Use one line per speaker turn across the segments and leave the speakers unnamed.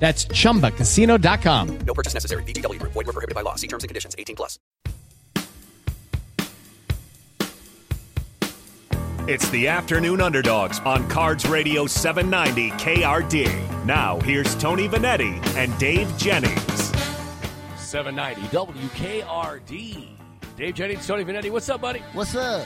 That's chumbacasino.com.
No purchase necessary. VGW Group. Void were prohibited by law. See terms and conditions. 18 plus.
It's the afternoon underdogs on Cards Radio 790 KRD. Now here's Tony Vanetti and Dave Jennings.
790 WKRD. Dave Jennings, Tony Vanetti. What's up, buddy?
What's up?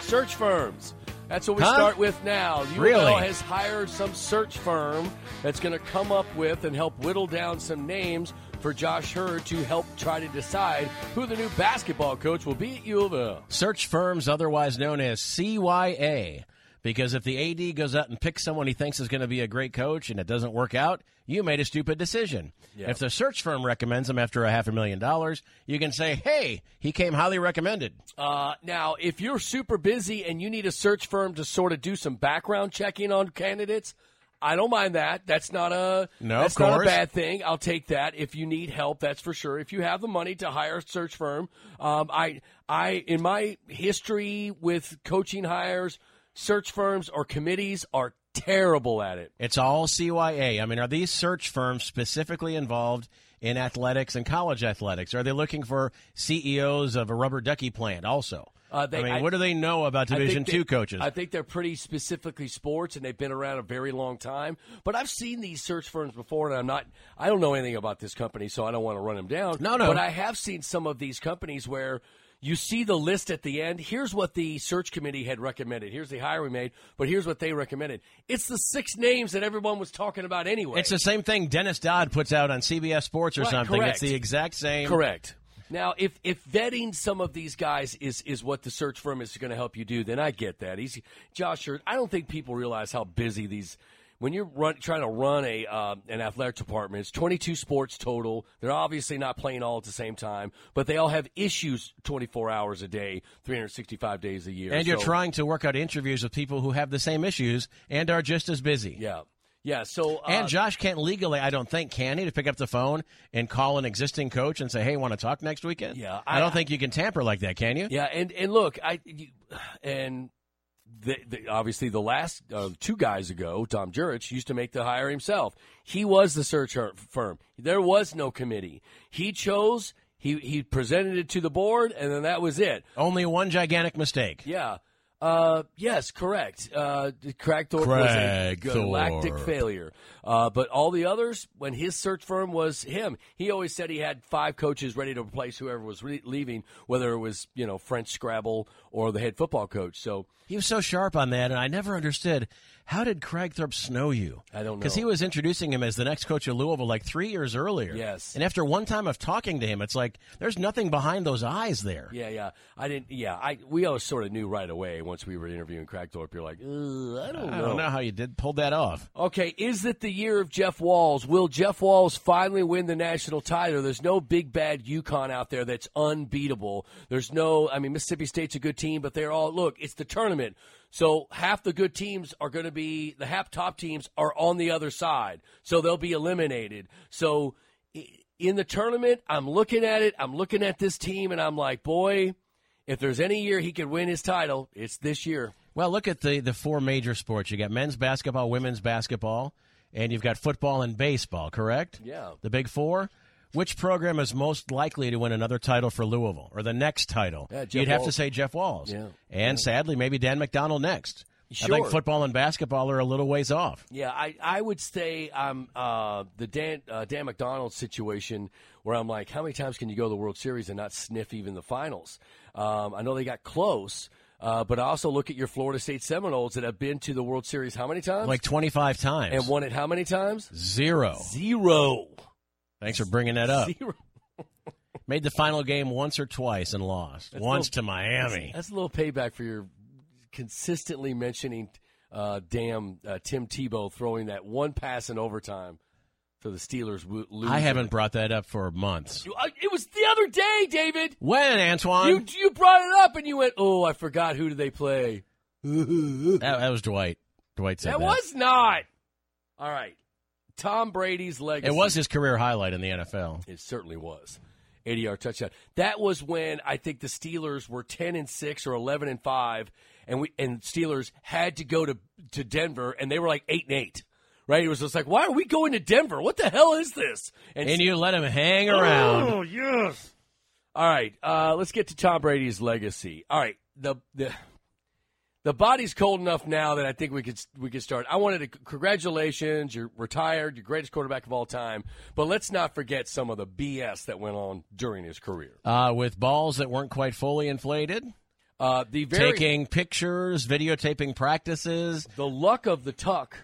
Search firms. That's what we
Huh?
start with now. UNL
Really?
has hired some search firm that's going to come up with and help whittle down some names for Josh Hurd to help try to decide who the new basketball coach will be at U of L.
Search firms otherwise known as CYA. Because if the AD goes out and picks someone he thinks is going to be a great coach and it doesn't work out, you made a stupid decision. If the search firm recommends him after a half a million dollars, you can say, hey, he came highly recommended.
Uh, now, if you're super busy and you need a search firm to sort of do some background checking on candidates, I don't mind that. That's not a
No,
that's
of
not a
course.
bad thing. I'll take that. If you need help, that's for sure. If you have the money to hire a search firm, um, I I in my history with coaching hires, search firms or committees are terrible at it.
It's all CYA. I mean, are these search firms specifically involved in athletics and college athletics? Are they looking for CEOs of a rubber ducky plant also?
Uh, they-
I mean,
I-
what do they know about
I think
Division
they-
two coaches?
I think they're pretty specifically sports, and they've been around a very long time. But I've seen these search firms before, and I'm not. I don't know anything about this company, so I don't want to run them down.
No, no.
But I have seen some of these companies where. You see the list at the end. Here's what the search committee had recommended. Here's the hire we made, but here's what they recommended. It's the six names that everyone was talking about anyway.
It's the same thing Dennis Dodd puts out on CBS Sports or
Right,
something.
correct.
It's the exact same.
Correct. Now, if if vetting some of these guys is is what the search firm is going to help you do, then I get that. He's Josh. Hurd- I don't think people realize how busy these. When you're run, trying to run a uh, an athletic department, it's 22 sports total. They're obviously not playing all at the same time, but they all have issues 24 hours a day, 365 days a year.
And you're
So-
trying to work out interviews with people who have the same issues and are just as busy.
yeah, yeah. So uh,
And Josh can't legally, I don't think, can he, to pick up the phone and call an existing coach and say, "Hey, want to talk next weekend?"
Yeah,
I,
I-
don't think you can tamper like that, can you?
Yeah, and and look, I you, and the, the, obviously the last uh, two guys ago, Tom Jurich used to make the hire himself. He was the search her- firm. There was no committee. He chose. He he presented it to the board, and then that was it.
Only one gigantic mistake.
Yeah. Uh, yes, correct. Uh, Craig Thorpe was a
Craig
galactic
Thorpe.
failure. Uh, but all the others, when his search firm was him, he always said he had five coaches ready to replace whoever was re- leaving, whether it was you know French Scrabble or the head football coach. So
He was so sharp on that, and I never understood how did Craig Thorpe know you?
I don't know.
because he was introducing him as the next coach of Louisville like three years earlier.
Yes.
and after one time of talking to him, it's like there's nothing behind those eyes there.
yeah, yeah, I didn't. Yeah, I we all sort of knew right away once we were interviewing Craig Thorpe. You're like, "Ugh, I don't
I don't know how you did pulled that off.
Okay, is it the year of Jeff Walls? Will Jeff Walls finally win the national title? There's no big bad Yukon out there that's unbeatable. There's no, I mean, Mississippi State's a good team, but they're all, look, it's the tournament. So half the good teams are going to be, the half top teams are on the other side. So they'll be eliminated. So i- in the tournament, I'm looking at it, I'm looking at this team, and I'm like, boy, if there's any year he could win his title, it's this year.
Well, look at the the four major sports. You got men's basketball, women's basketball, and you've got football and baseball. Correct?
Yeah.
The big four. Which program is most likely to win another title for Louisville or the next title?
Yeah, Jeff
You'd have to
Walls.
say Jeff Walls.
Yeah.
And sadly, maybe Dan McDonald next. I think
Sure.
football and basketball are a little ways off.
Yeah, I, I would say um, uh, the Dan uh, Dan McDonald situation where I'm like, how many times can you go to the World Series and not sniff even the finals? Um, I know they got close, uh, but I also look at your Florida State Seminoles that have been to the World Series how many times
Like 25 times.
and won it how many times?
Zero.
Zero.
Thanks for bringing that up.
Zero.
Made the final game once or twice and lost. once to Miami.
That's a little payback for your consistently mentioning uh, damn uh, Tim Tebow throwing that one pass in overtime. So the Steelers w- lose.
I haven't brought that up for months.
You- I- It was the other day, David.
When, Antoine?
You you brought it up and you went, "Oh, I forgot who do they play."
that, that was Dwight. Dwight said
That
that.
was not. All right. Tom Brady's legacy.
It was his career highlight in the NFL.
It certainly was. 80 yard touchdown. That was when I think the Steelers were 10 and 6 or 11 and 5 and we and Steelers had to go to to Denver and they were like 8 and 8. Right? It was just like, "Why are we going to Denver? What the hell is this?"
And you let him hang around.
Oh, yes. All right, uh, let's get to Tom Brady's legacy. All right, the the the body's cold enough now that I think we could we could start. I wanted to congratulations, you're retired, you're greatest quarterback of all time, but let's not forget some of the BS that went on during his career.
Uh, with balls that weren't quite fully inflated,
Uh, the very
taking pictures, videotaping practices.
the luck of the tuck.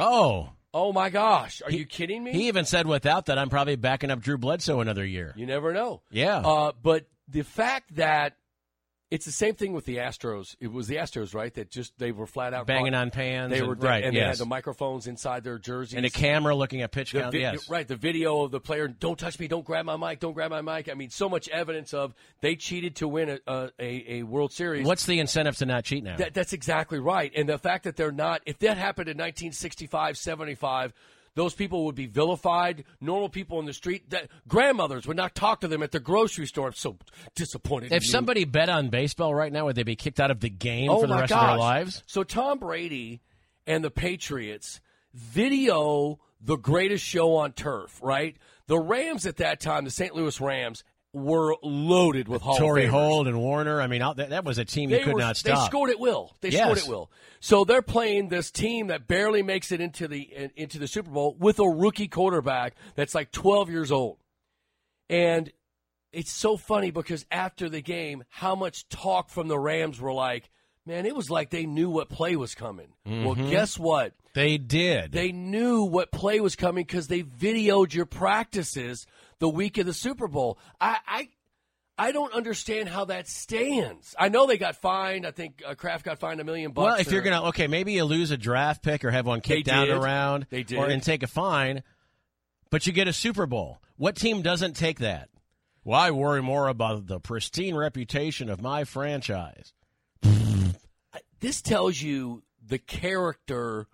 Oh,
Oh my gosh, are you kidding me?
he even said without that, I'm probably backing up Drew Bledsoe another year.
you never know.
Yeah.
Uh, but the fact that it's the same thing with the Astros. It was the Astros, right? That just they were flat out
Banging
caught-
on pans.
Uh, They
and,
were
right,
and they had
yes.
the microphones inside their jerseys
and a camera looking at pitch
The
count.
vi-
yes.
right. The video of the player, don't touch me, don't grab my mic, don't grab my mic. I mean, so much evidence of they cheated to win a a, a, a World Series.
What's the incentive to not cheat now?
That, that's exactly right. And the fact that they're not, if that happened in 1965, 75, those people would be vilified. Normal people in the street, that grandmothers would not talk to them at the grocery store. I'm so
if
disappointed. in you.
somebody bet on baseball right now, would they be kicked out of the game for the
Oh my
rest
gosh.
of their lives?
So Tom Brady and the Patriots video the greatest show on turf, right? The Rams at that time, the St. Louis Rams, were loaded with Hall of
Torrey
Famers.
Holt and Warner. I mean, out- that, that was a team you could
were-
not stop.
They scored at will. They
Yes.
scored at will. So they're playing this team that barely makes it into the in- into the Super Bowl with a rookie quarterback that's like 12 years old. And it's so funny because after the game, how much talk from the Rams were like, man, it was like they knew what play was coming.
Mm-hmm.
Well, guess what?
They did.
They knew what play was coming because they videoed your practices the week of the Super Bowl. I, I, I don't understand how that stands. I know they got fined. I think uh, Kraft got fined a million bucks.
well, if you're
or-
gonna okay, maybe you lose a draft pick or have one kicked
They
down
did.
around,
They did.
or and take a fine, but you get a Super Bowl. What team doesn't take that? Well, I worry more about the pristine reputation of my franchise.
this tells you the character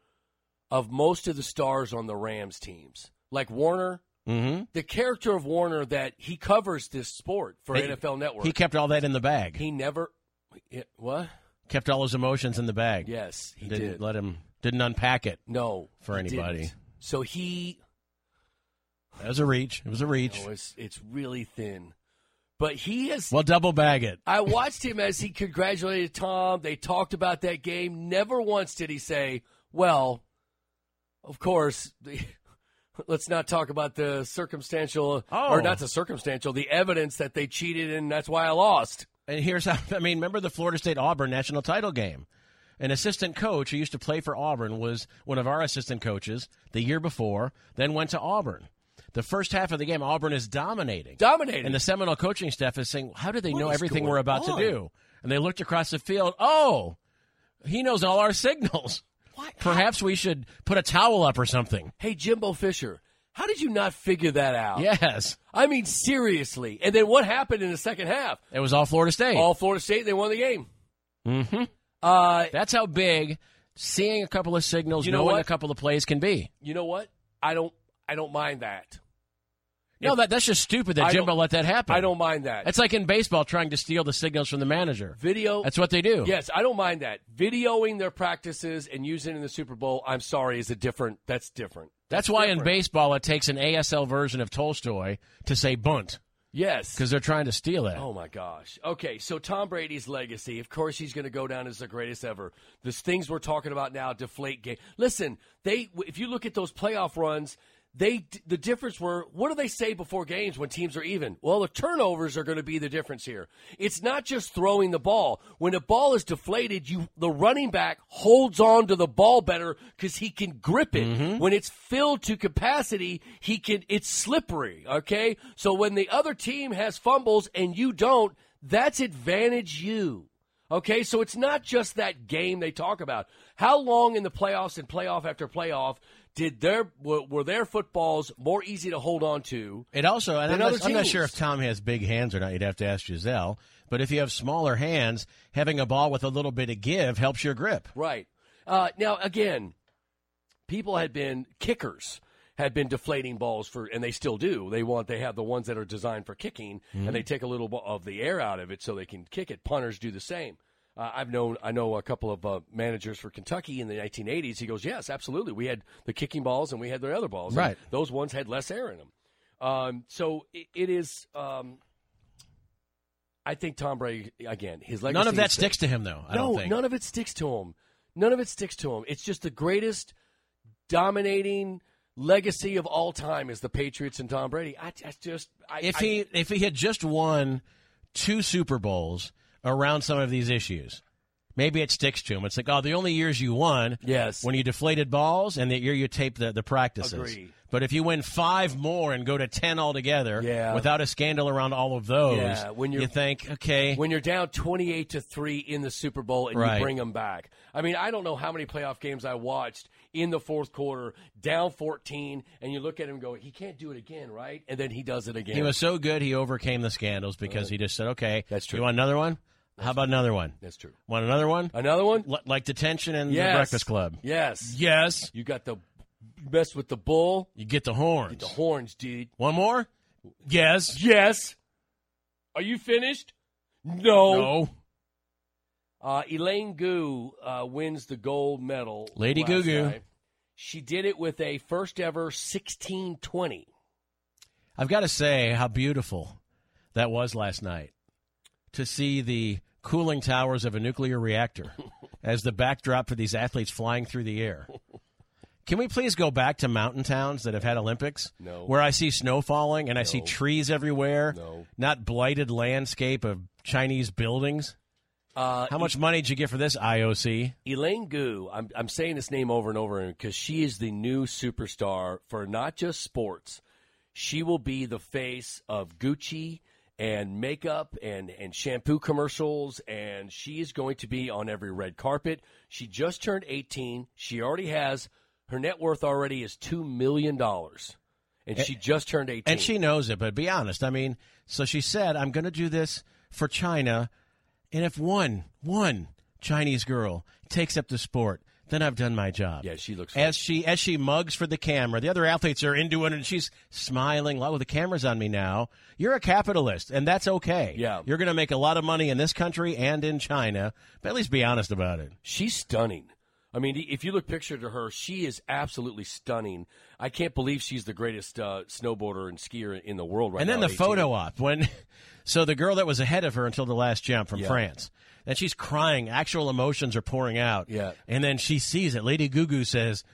of most of the stars on the Rams teams, like Warner.
Mm-hmm.
The character of Warner that he covers this sport for
They-
NFL Network.
He kept all that in the bag.
He never. it- What?
kept all his emotions in the bag.
Yes, he
didn't
did.
let him didn't unpack it.
no,
for
he didn't.
anybody.
So he
That was a reach. It was a reach.
No, Oh, it's it's really thin. But he has.
Well, double bag it.
I watched him as he congratulated Tom. They talked about that game. Never once did he say, "Well, of course." the- Let's not talk about the circumstantial,
Oh.
or not the circumstantial, the evidence that they cheated and that's why I lost.
And here's how I mean, remember the Florida State Auburn national title game? An assistant coach who used to play for Auburn was one of our assistant coaches the year before, then went to Auburn. The first half of the game, Auburn is dominating.
Dominated.
And the Seminole coaching staff is saying, How do they
What
know
is
everything
going
we're about
on?
to do? And they looked across the field, Oh, he knows all our signals.
What?
Perhaps we should put a towel up or something.
hey, Jimbo Fisher, how did you not figure that out?
Yes.
I mean, seriously. And then what happened in the second half?
It was all Florida State.
All Florida State, they won the game.
mm-hmm.
Uh,
That's how big seeing a couple of signals,
You know
knowing
what?
a couple of plays can be.
you know what? I don't, I don't mind that.
No, that, that's just stupid
I
that
don't-
Jimbo let that happen.
I don't mind that.
It's like in baseball trying to steal the signals from the manager.
video.
That's what they do.
Yes, I don't mind that. Videoing their practices and using it in the Super Bowl, I'm sorry, is a different. That's different.
That's why in
different.
baseball it takes an ASL version of Tolstoy to say bunt
Yes.
because they're trying to steal it.
Oh my gosh. Okay, so Tom Brady's legacy. Of course, he's going to go down as the greatest ever. The things we're talking about now, deflate game. Listen, they. If you look at those playoff runs. They the difference were what do they say before games when teams are even? Well, the turnovers are going to be the difference here. It's not just throwing the ball. When a ball is deflated, you the running back holds on to the ball better because he can grip it. When it's filled to capacity, he can it's slippery. Okay, so when the other team has fumbles and you don't, that's advantage you. Okay, so it's not just that game they talk about. How long in the playoffs and playoff after playoff Did their were, were their footballs more easy to hold on to?
It also, and
than
I'm not,
other
I'm not
teams.
sure if Tom has big hands or not. You'd have to ask Giselle. But if you have smaller hands, having a ball with a little bit of give helps your grip.
Right. Uh, now, again, people had been kickers had been deflating balls for, and they still do. They want they have the ones that are designed for kicking, and they
Mhm.
take a little bo- of the air out of it so they can kick it. Punters do the same. Uh, I've known I know a couple of uh, managers for Kentucky in the 1980s. He goes, yes, absolutely. We had the kicking balls and we had the other balls. and
Right.
Those ones had less air in them. Um, so it, it is. Um, I think Tom Brady again. His legacy.
None of that
is safe
sticks to him, though. I
no,
don't think.
none of it sticks to him. None of it sticks to him. It's just the greatest dominating legacy of all time is the Patriots and Tom Brady. I, I just I,
if
I-
he if he had just won two Super Bowls around some of these issues, maybe it sticks to him. It's like, oh, the only years you won,
Yes.
when you deflated balls, and the year you taped the the practices.
Agree.
But if you win five more and go to ten altogether,
Yeah.
without a scandal around all of those,
Yeah, when you're-
you think, okay,
when you're down 28 to 3 in the Super Bowl and
Right.
you bring them back. I mean, I don't know how many playoff games I watched in the fourth quarter down 14 and you look at him and go, "He can't do it again, right?" And then he does it again.
He was so good, he overcame the scandals because he just said, "Okay,
That's true.
You want another one? How about another one?
That's true.
Want another one?
Another one?
L- like detention and
Yes.
the Breakfast Club?
Yes.
Yes.
You got the mess with the bull,
You get the horns.
the horns, dude.
one more? Yes.
Yes. Are you finished? No.
No.
Uh, Elaine Goo uh, wins the gold medal.
Lady
last
Goo Goo.
night. She did it with a first ever 1620.
I've got to say how beautiful that was last night to see the cooling towers of a nuclear reactor as the backdrop for these athletes flying through the air. Can we please go back to mountain towns that have had Olympics?
No.
Where I see snow falling and I see
No.
trees everywhere.
No.
Not blighted landscape of Chinese buildings.
Uh,
How much money did you get for this IOC?
Elaine Goo, I'm, I'm saying this name over and over because she is the new superstar for not just sports. She will be the face of Gucci and makeup and, and shampoo commercials, and she is going to be on every red carpet. She just turned 18. She already has her net worth already is $2 million. And she just turned 18.
And she knows it, but be honest. I mean, so she said, I'm going to do this for China. And if one, one Chinese girl takes up the sport, then I've done my job.
Yeah, she looks
As she as she mugs for the camera, the other athletes are into it, and she's smiling. Oh, the camera's on me now. You're a capitalist, and that's okay.
Yeah.
you're going to make a lot of money in this country and in China. But at least be honest about it.
She's stunning. I mean, if you look picture to her, she is absolutely stunning. I can't believe she's the greatest uh, snowboarder and skier in the world right
and
now.
then
at
the
18.
photo op when so the girl that was ahead of her until the last jump from
Yeah.
france and she's crying actual emotions are pouring out
Yeah.
and then she sees it lady gugu says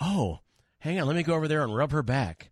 oh hang on let me go over there and rub her back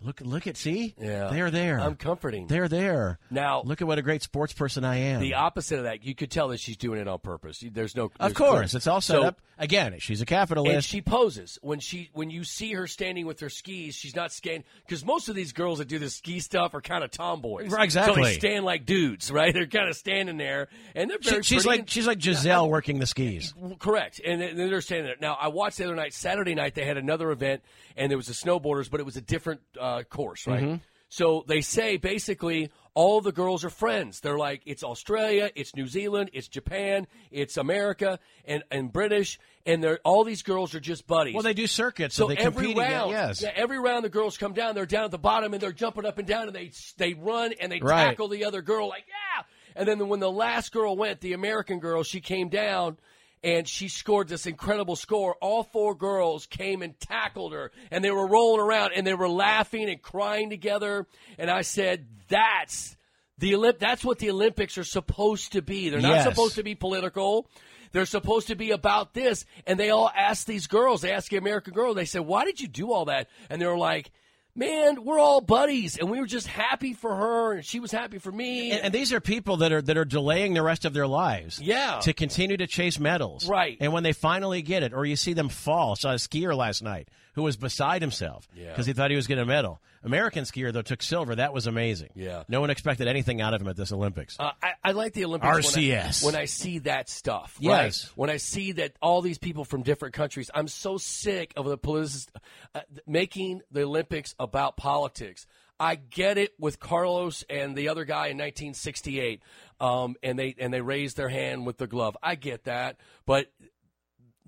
look look at see
Yeah.
they're there
I'm comforting.
they're there
Now-
look at what a great sports person i am
The opposite of that, you could tell that she's doing it on purpose. There's no,
of
there's
course it's all set
So-
up again she's a
And
capitalist
she poses when she when you see her standing with her skis. She's not standing because most of these girls that do this ski stuff are kind of tomboys.
Right,
So they
exactly.
stand like dudes, right? They're kind of standing there, and they're
She-
very
she's
pretty
like
and-
she's like giselle working the skis
Well, Correct, and they- they're standing there. Now, I watched the other night, Saturday night, they had another event, and there was the snowboarders, but it was a different uh, course, right?
Mm-hmm.
So they say basically all the girls are friends. They're like, it's Australia, it's New Zealand, it's Japan, it's America, and, and British, and they're all these girls are just buddies.
well they do circuits so,
so
they
every
compete again,
round,
yes
yeah, every round the girls come down. They're down at the bottom and they're jumping up and down and they they run and they
Right.
tackle the other girl like yeah. And then when the last girl went, the American girl, she came down and she scored this incredible score. All four girls came and tackled her and they were rolling around and they were laughing and crying together. And I said, that's. The Olymp- that's what the Olympics are supposed to be. They're not
Yes.
supposed to be political. They're supposed to be about this. And they all asked these girls, they asked the American girl, they said, Why did you do all that? And they were like, man, we're all buddies, and we were just happy for her, and she was happy for me.
And, and these are people that are that are delaying the rest of their lives.
Yeah.
To continue to chase medals.
Right.
And when they finally get it, or you see them fall. Saw a skier last night who was beside himself
Yeah.
because he thought he was getting a medal. American skier though took silver. That was amazing.
Yeah.
No one expected anything out of him at this Olympics.
Uh, I, I like the Olympics.
RCS.
When I, when I see that stuff.
Yes.
Right? When I see that all these people from different countries, I'm so sick of the politic- uh, making the Olympics about politics. I get it with Carlos and the other guy in 1968, um, and they and they raised their hand with the glove. I get that, but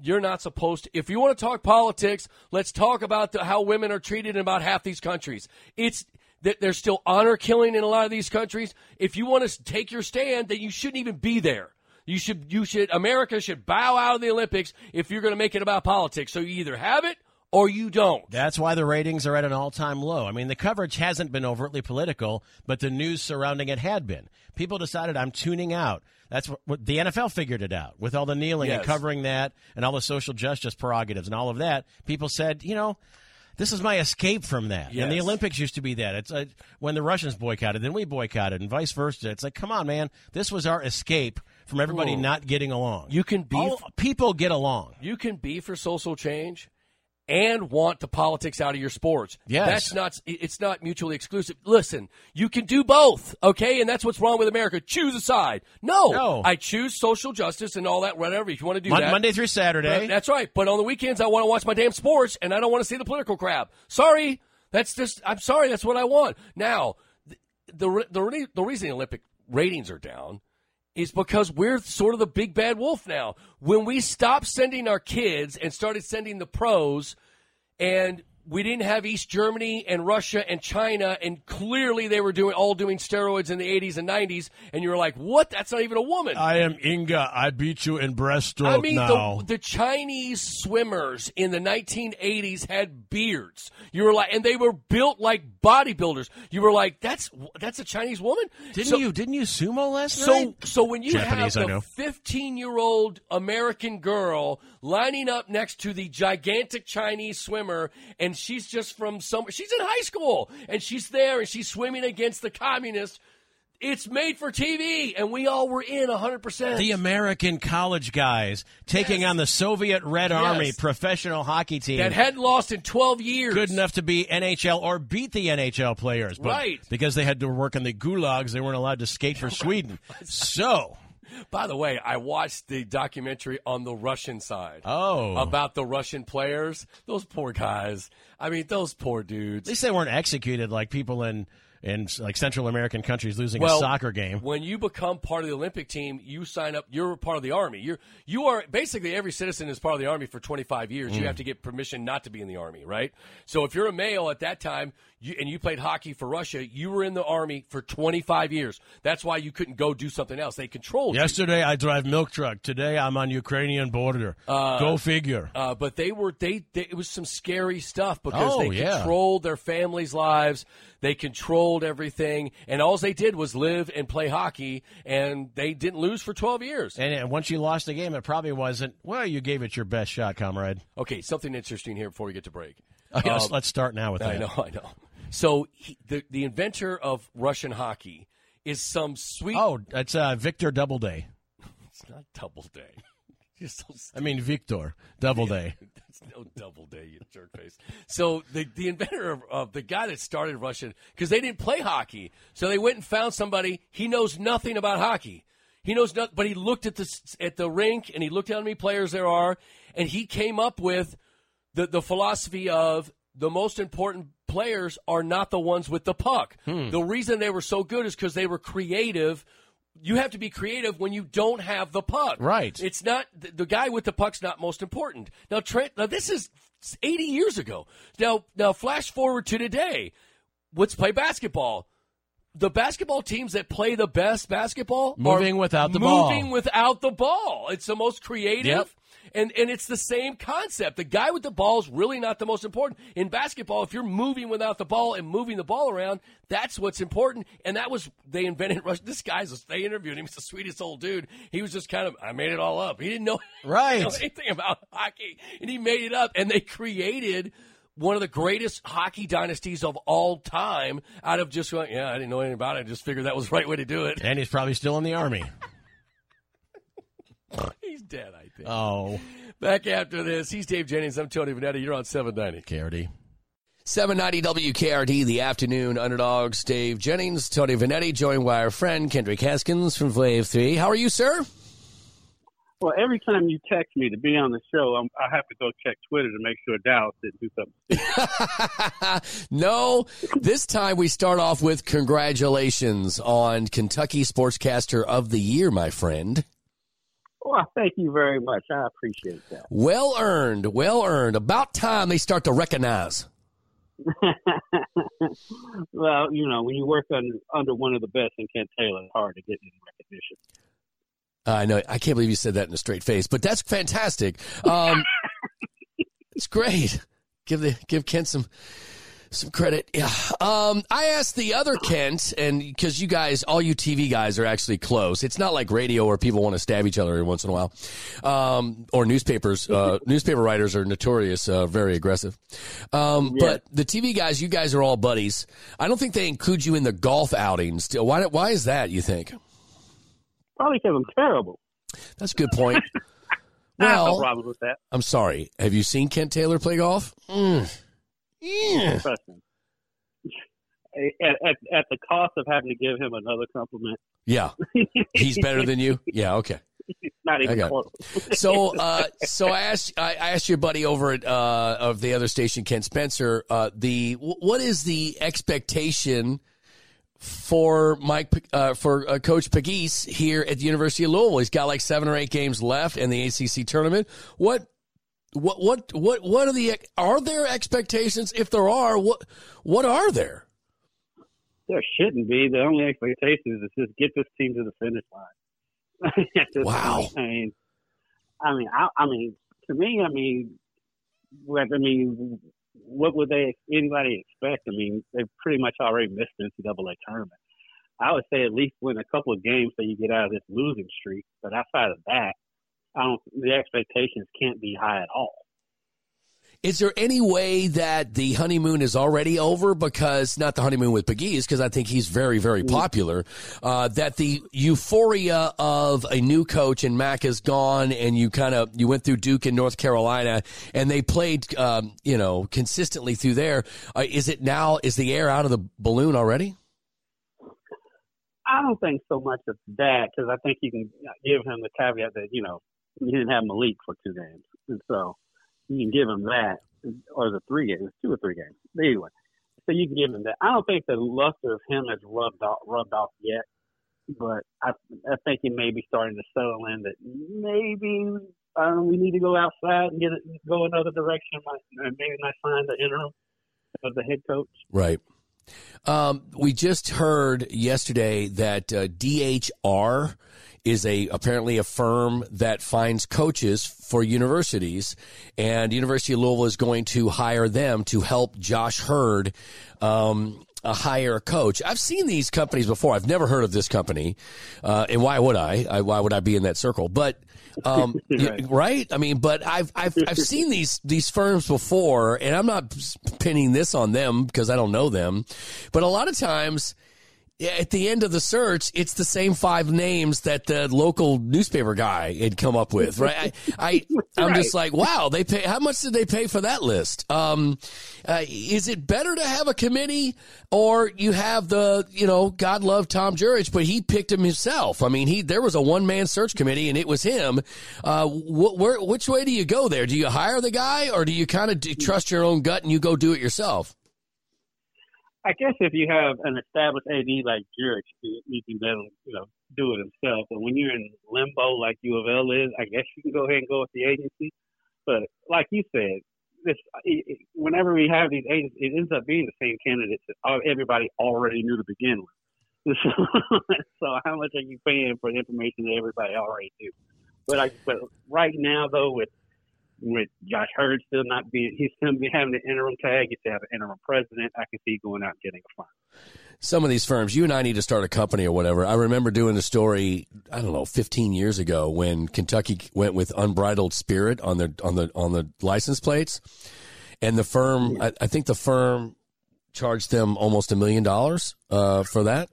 you're not supposed to. If you want to talk politics, let's talk about the, how women are treated in about half these countries. It's that there's still honor killing in a lot of these countries. If you want to take your stand, then you shouldn't even be there. You should, you should, America should bow out of the Olympics if you're going to make it about politics. So you either have it or you don't.
That's why the ratings are at an all time low. I mean, the coverage hasn't been overtly political, but the news surrounding it had been. People decided I'm tuning out. That's what, what the NFL figured it out with all the kneeling and
Yes.
covering that and all the social justice prerogatives and all of that. People said, you know, this is my escape from that. And the
Yes.
Olympics used to be that. It's uh, when the Russians boycotted, then we boycotted, and vice versa. It's like, come on, man, this was our escape from everybody
Ooh.
not getting along.
You can be,
All- people get along.
you can be for social change and want the politics out of your sports.
Yes.
That's not it's not mutually exclusive. Listen, you can do both, okay? And that's what's wrong with America. Choose a side. No.
No.
I choose social justice and all that whatever if you want to do
Mon-
that.
Monday through Saturday.
But that's right. But on the weekends I want to watch my damn sports and I don't want to see the political crap. Sorry. That's just I'm sorry, that's what I want. Now, the the re- the, re- the reason the Olympic ratings are down is because we're sort of the big bad wolf now. When we stopped sending our kids and started sending the pros, and we didn't have East Germany and Russia and China, and clearly they were doing all doing steroids in the 80s and 90s, and you were like, "What? That's not even a woman."
I am Inga. I beat you in breaststroke
I mean, the, the Chinese swimmers in the 1980s had beards. You were like, and they were built like bodybuilders. You were like, "That's that's a Chinese woman."
didn't
So-
you didn't you sumo last
So,
night?
so when you
Japanese, I
have the
know.
fifteen-year-old American girl lining up next to the gigantic Chinese swimmer, and she's just from some, she's in high school, and she's there, and she's swimming against the communists. It's made for TV, and we all were in hundred percent.
The American college guys taking on the Soviet Red Army
Yes.
professional hockey team.
that hadn't lost in twelve years.
Good enough to be NHL or beat the NHL players, but
Right.
because they had to work in the gulags, they weren't allowed to skate for Sweden. So,
By the way, I watched the documentary on the Russian side.
Oh.
about the Russian players. Those poor guys. I mean, those poor dudes.
at least they weren't executed like people in in like Central American countries losing a soccer game.
When you become part of the Olympic team, you sign up. You're a part of the army. You're you are basically every citizen is part of the army for 25 years.
Mm.
You have to get permission not to be in the army, right? So if you're a male at that time you, and you played hockey for Russia, you were in the army for 25 years. That's why you couldn't go do something else. They controlled. you.
Yesterday I drive milk truck. Today I'm on Ukrainian border. Go figure.
Uh, but they were they, they it was some scary stuff because
Oh,
they
yeah.
controlled their families' lives, they controlled everything, and all they did was live and play hockey, and they didn't lose for twelve years.
And, and once you lost the game, it probably wasn't. Well, you gave it your best shot, comrade.
Okay, something interesting here before we get to break. Um,
let's, let's start now with that.
Oh. I know, I know. So he, the the inventor of Russian hockey is some sweet.
Oh, that's uh, Victor Doubleday.
it's not Doubleday. You're so
I mean Victor Doubleday.
It's no double day, you jerk face. So the the inventor of, of the guy that started Russian because they didn't play hockey, so they went and found somebody he knows nothing about hockey. He knows nothing, but he looked at the s- at the rink and he looked at how many players there are, and he came up with the the philosophy of the most important players are not the ones with the puck. The reason they were so good is because they were creative. You have to be creative when you don't have the puck.
Right.
It's not the, the guy with the puck's not most important. Now Trent, now this is 80 years ago. Now now flash forward to today. Let's play basketball. The basketball teams that play the best basketball
Moving
are
without the ball.
moving without the ball. It's the most creative.
Yep.
And and it's the same concept. The guy with the ball is really not the most important. In basketball, if you're moving without the ball and moving the ball around, that's what's important. And that was they invented rush. This guy's they interviewed him. He's the sweetest old dude. He was just kind of I made it all up. He didn't know, he didn't
Right.
know anything about hockey, and he made it up. And they created one of the greatest hockey dynasties of all time out of just going, yeah, I didn't know anything about it. I just figured that was the right way to do it.
And he's probably still in the army.
He's dead, I think.
Oh,
Back after this, he's Dave Jennings. I'm Tony Vanetti. You're on 790.
Carity.
790 WKRD, the afternoon underdogs. Dave Jennings, Tony Vanetti, joined by our friend Kendrick Haskins from Wave 3. How are you, sir?
Well, every time you text me to be on the show, I'm, I have to go check Twitter to make sure Dallas didn't do something.
no, this time we start off with congratulations on Kentucky Sportscaster of the Year, my friend.
Well, thank you very much. I appreciate that.
Well earned, well earned. About time they start to recognize.
well, you know, when you work under under one of the best in Kent Taylor, it's hard to get any recognition.
Uh, I know. I can't believe you said that in a straight face, but that's fantastic. Um, it's great. Give the give Kent some some credit. Yeah. Um, I asked the other Kent, and because you guys, all you TV guys, are actually close. It's not like radio where people want to stab each other every once in a while, um, or newspapers. Uh, newspaper writers are notorious, uh, very aggressive. Um, But the TV guys, you guys are all buddies. I don't think they include you in the golf outings. Why? Why is that? You think?
Probably because I'm terrible.
That's a good point.
I have no
Well,
problems with that.
I'm sorry. Have you seen Kent Taylor play golf? Mm. Yeah.
Trust me. At, at, at the cost of having to give him another compliment,
Yeah. He's better than you? Yeah, okay.
not even
got it.
close.
So uh so I asked I, I asked your buddy over at uh of the other station Kent Spencer uh the wh- what is the expectation for Mike P- uh, for uh, coach Pagese here at the University of Louisville? He's got like 7 or 8 games left in the ACC tournament. What what what what what are the are there expectations if there are what what are there?
There shouldn't be. The only expectation is to just get this team to the finish line. At this
Wow.
point, I mean, I mean, I, I mean, to me, I mean, what, I mean, what would they anybody expect? I mean, they've pretty much already missed the NCAA tournament. I would say at least win a couple of games so you get out of this losing streak. But outside of that, I don't. The expectations can't be high at all.
Is there any way that the honeymoon is already over? Because not the honeymoon with Pegues, because I think he's very, very popular. Uh, that the euphoria of a new coach and Mac is gone, and you kind of you went through Duke and North Carolina, and they played, um, you know, consistently through there. Uh, is it now? Is the air out of the balloon already?
I don't think so much of that because I think you can uh, give him the caveat that you know he didn't have Malik for two games, and so you can give him that, or the three games, two or three games, But anyway. So you can give him that. I don't think the luster of him has rubbed off, rubbed off yet, but I I think it may be starting to settle in that maybe um, we need to go outside and get a, go another direction, like, and maybe not find the interim of the head coach.
Right. Um, we just heard yesterday that uh, DHR is a apparently a firm that finds coaches for universities, and University of Louisville is going to hire them to help Josh Hurd um, uh, hire a coach. I've seen these companies before. I've never heard of this company, uh, and why would I? I? Why would I be in that circle? But um, y- right.
Right.
I mean, but I've I've I've seen these these firms before, and I'm not pinning this on them because I don't know them, but a lot of times at the end of the search, it's the same five names that the local newspaper guy had come up with, right? I, I I'm just like, wow, they pay. How much did they pay for that list? Um, uh, is it better to have a committee or you have the, you know, God love Tom Jurich, but he picked him himself. I mean, he there was a one man search committee and it was him. Uh, wh- where, which way do you go there? Do you hire the guy or do you kind of d- trust your own gut and you go do it yourself?
I guess if you have an established AD like Jurich, you you can let him, you know, do it himself. But when you're in limbo like U of L is, I guess you can go ahead and go with the agency. But like you said, this it, it- whenever we have these agents, it ends up being the same candidates that all- everybody already knew to begin with. So, so how much are you paying for the information that everybody already knew? But I, but right now though, with with Josh Hurd still not being, he's still having the interim tag. He's to have an interim president. I can see going out and getting a fine.
some of these firms, you and I need to start a company or whatever. I remember doing the story, I don't know, 15 years ago when Kentucky went with unbridled spirit on their on the on the license plates. and the firm, I, I think the firm charged them almost a million dollars uh, for that.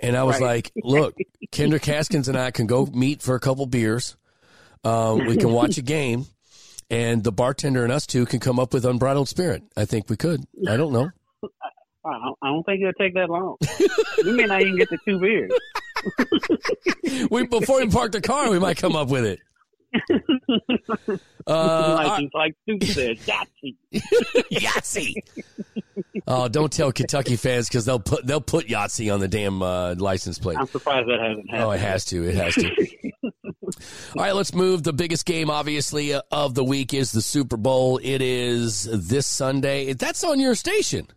And I was like, look, Kendra Caskins and I can go meet for a couple beers. Um, we can watch a game, and the bartender and us two can come up with Unbridled Spirit. I think we could. I don't know.
I don't, I don't think it'll take that long. we may not even get to two beers.
We Before we park the car, we might come up with it. Uh,
like, it's like Stu said, got you.
Yahtzee. oh, don't tell Kentucky fans because they'll put they'll put Yahtzee on the damn uh, license plate.
I'm surprised that hasn't happened.
Oh, it has to. It has to. All right, let's move. The biggest game, obviously, uh, of the week is the Super Bowl. It is this Sunday. That's on your station.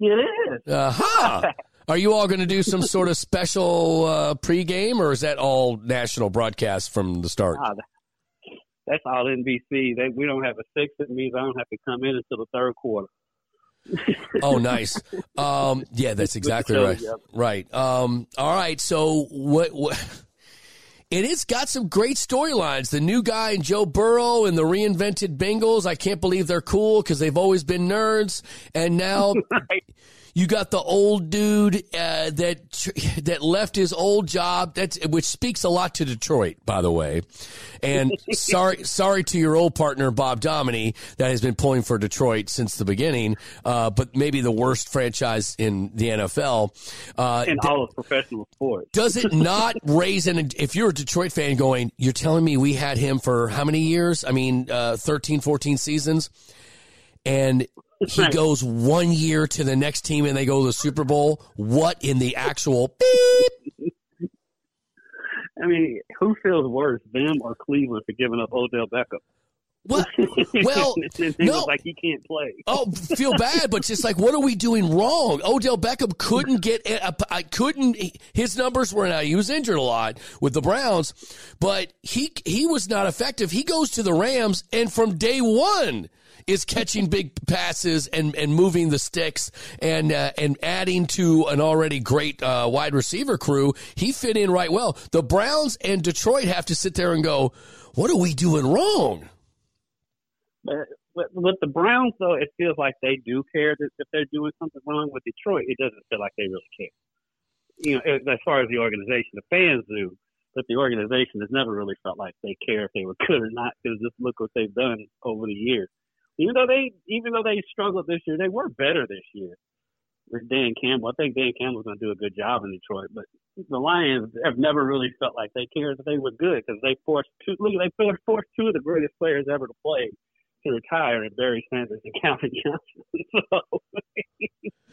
It is.
Aha! Are you all going to do some sort of special uh, pregame, or is that all national broadcast from the start?
Ah, that- that's all NBC. They, we don't have a six. It means I don't have to come in until the third quarter.
Oh, nice. Um, yeah, that's exactly
show,
right.
yep.
Right. Um, all right. So what? what and it's got some great storylines. The new guy and Joe Burrow and the reinvented Bengals. I can't believe they're cool because they've always been nerds, and now you got the old dude uh, that that left his old job. That's which speaks a lot to Detroit, by the way. And sorry, sorry to your old partner Bob Domini that has been pulling for Detroit since the beginning. Uh, but maybe the worst franchise in the NFL. Uh,
In all of professional sports.
does it not raise an if you're a detroit fan going you're telling me we had him for how many years i mean uh, 13 14 seasons and he
Right.
goes one year to the next team and they go to the super bowl what in the actual beep
I mean, who feels worse, them or Cleveland, for giving up Odell Beckham?
what well
It seems
no
like he can't play.
Oh, feel bad, but just like, what are we doing wrong? Odell Beckham couldn't get, I couldn't. His numbers were now he was injured a lot with the Browns, but he he was not effective. He goes to the Rams, and from day one is catching big passes and and moving the sticks and uh, and adding to an already great uh, wide receiver crew. He fit in right well. The Browns and Detroit have to sit there and go, what are we doing wrong?
But, but with the Browns, though, it feels like they do care that if they're doing something wrong with Detroit. It doesn't feel like they really care. You know, as- as far as the organization, the fans do, but the organization has never really felt like they care if they were good or not. Because just look what they've done over the years. Even though they, even though they struggled this year, they were better this year. With Dan Campbell, I think Dan Campbell's going to do a good job in Detroit. But the Lions have never really felt like they cared that they were good because they forced two. Look, they forced two of the greatest players ever to play to retire and Barry Sanders and Calvin Johnson. so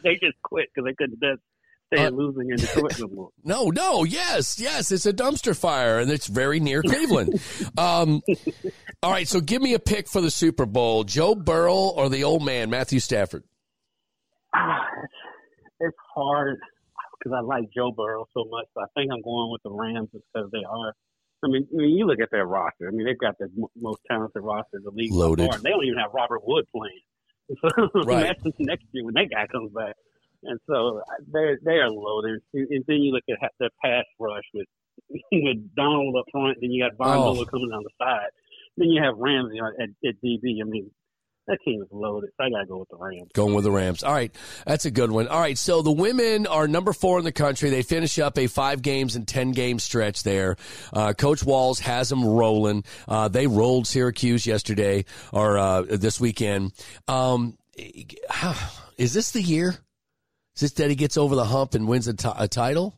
they just quit because they couldn't just stay
Uh,
losing in Detroit no more.
No, no, yes, yes, it's a dumpster fire, and it's very near Cleveland. um, all right, so give me a pick for the Super Bowl: Joe Burrow or the old man Matthew Stafford?
Ah, it's- it's hard because I like Joe Burrow so much. But I think I'm going with the Rams because they are. I mean, I mean, you look at their roster. I mean, they've got the m- most talented roster in the league. by
Loaded.
far, and They don't even have Robert Wood playing. So
Right.
that's next year when that guy comes back. And so they're they are loaded. And and then you look at ha- their pass rush with with Donald up front. Then you got Von
Oh.
Miller coming down the side. Then you have Ramsey on- at, at DB. I mean, that team is loaded. So I gotta go with the Rams.
Going with the Rams. All right, that's a good one. All right, so the women are number four in the country. They finish up a five games and ten game stretch there. Uh, Coach Walls has them rolling. Uh, they rolled Syracuse yesterday or uh, this weekend. Um, is this the year? Is this that he gets over the hump and wins a ti- a title?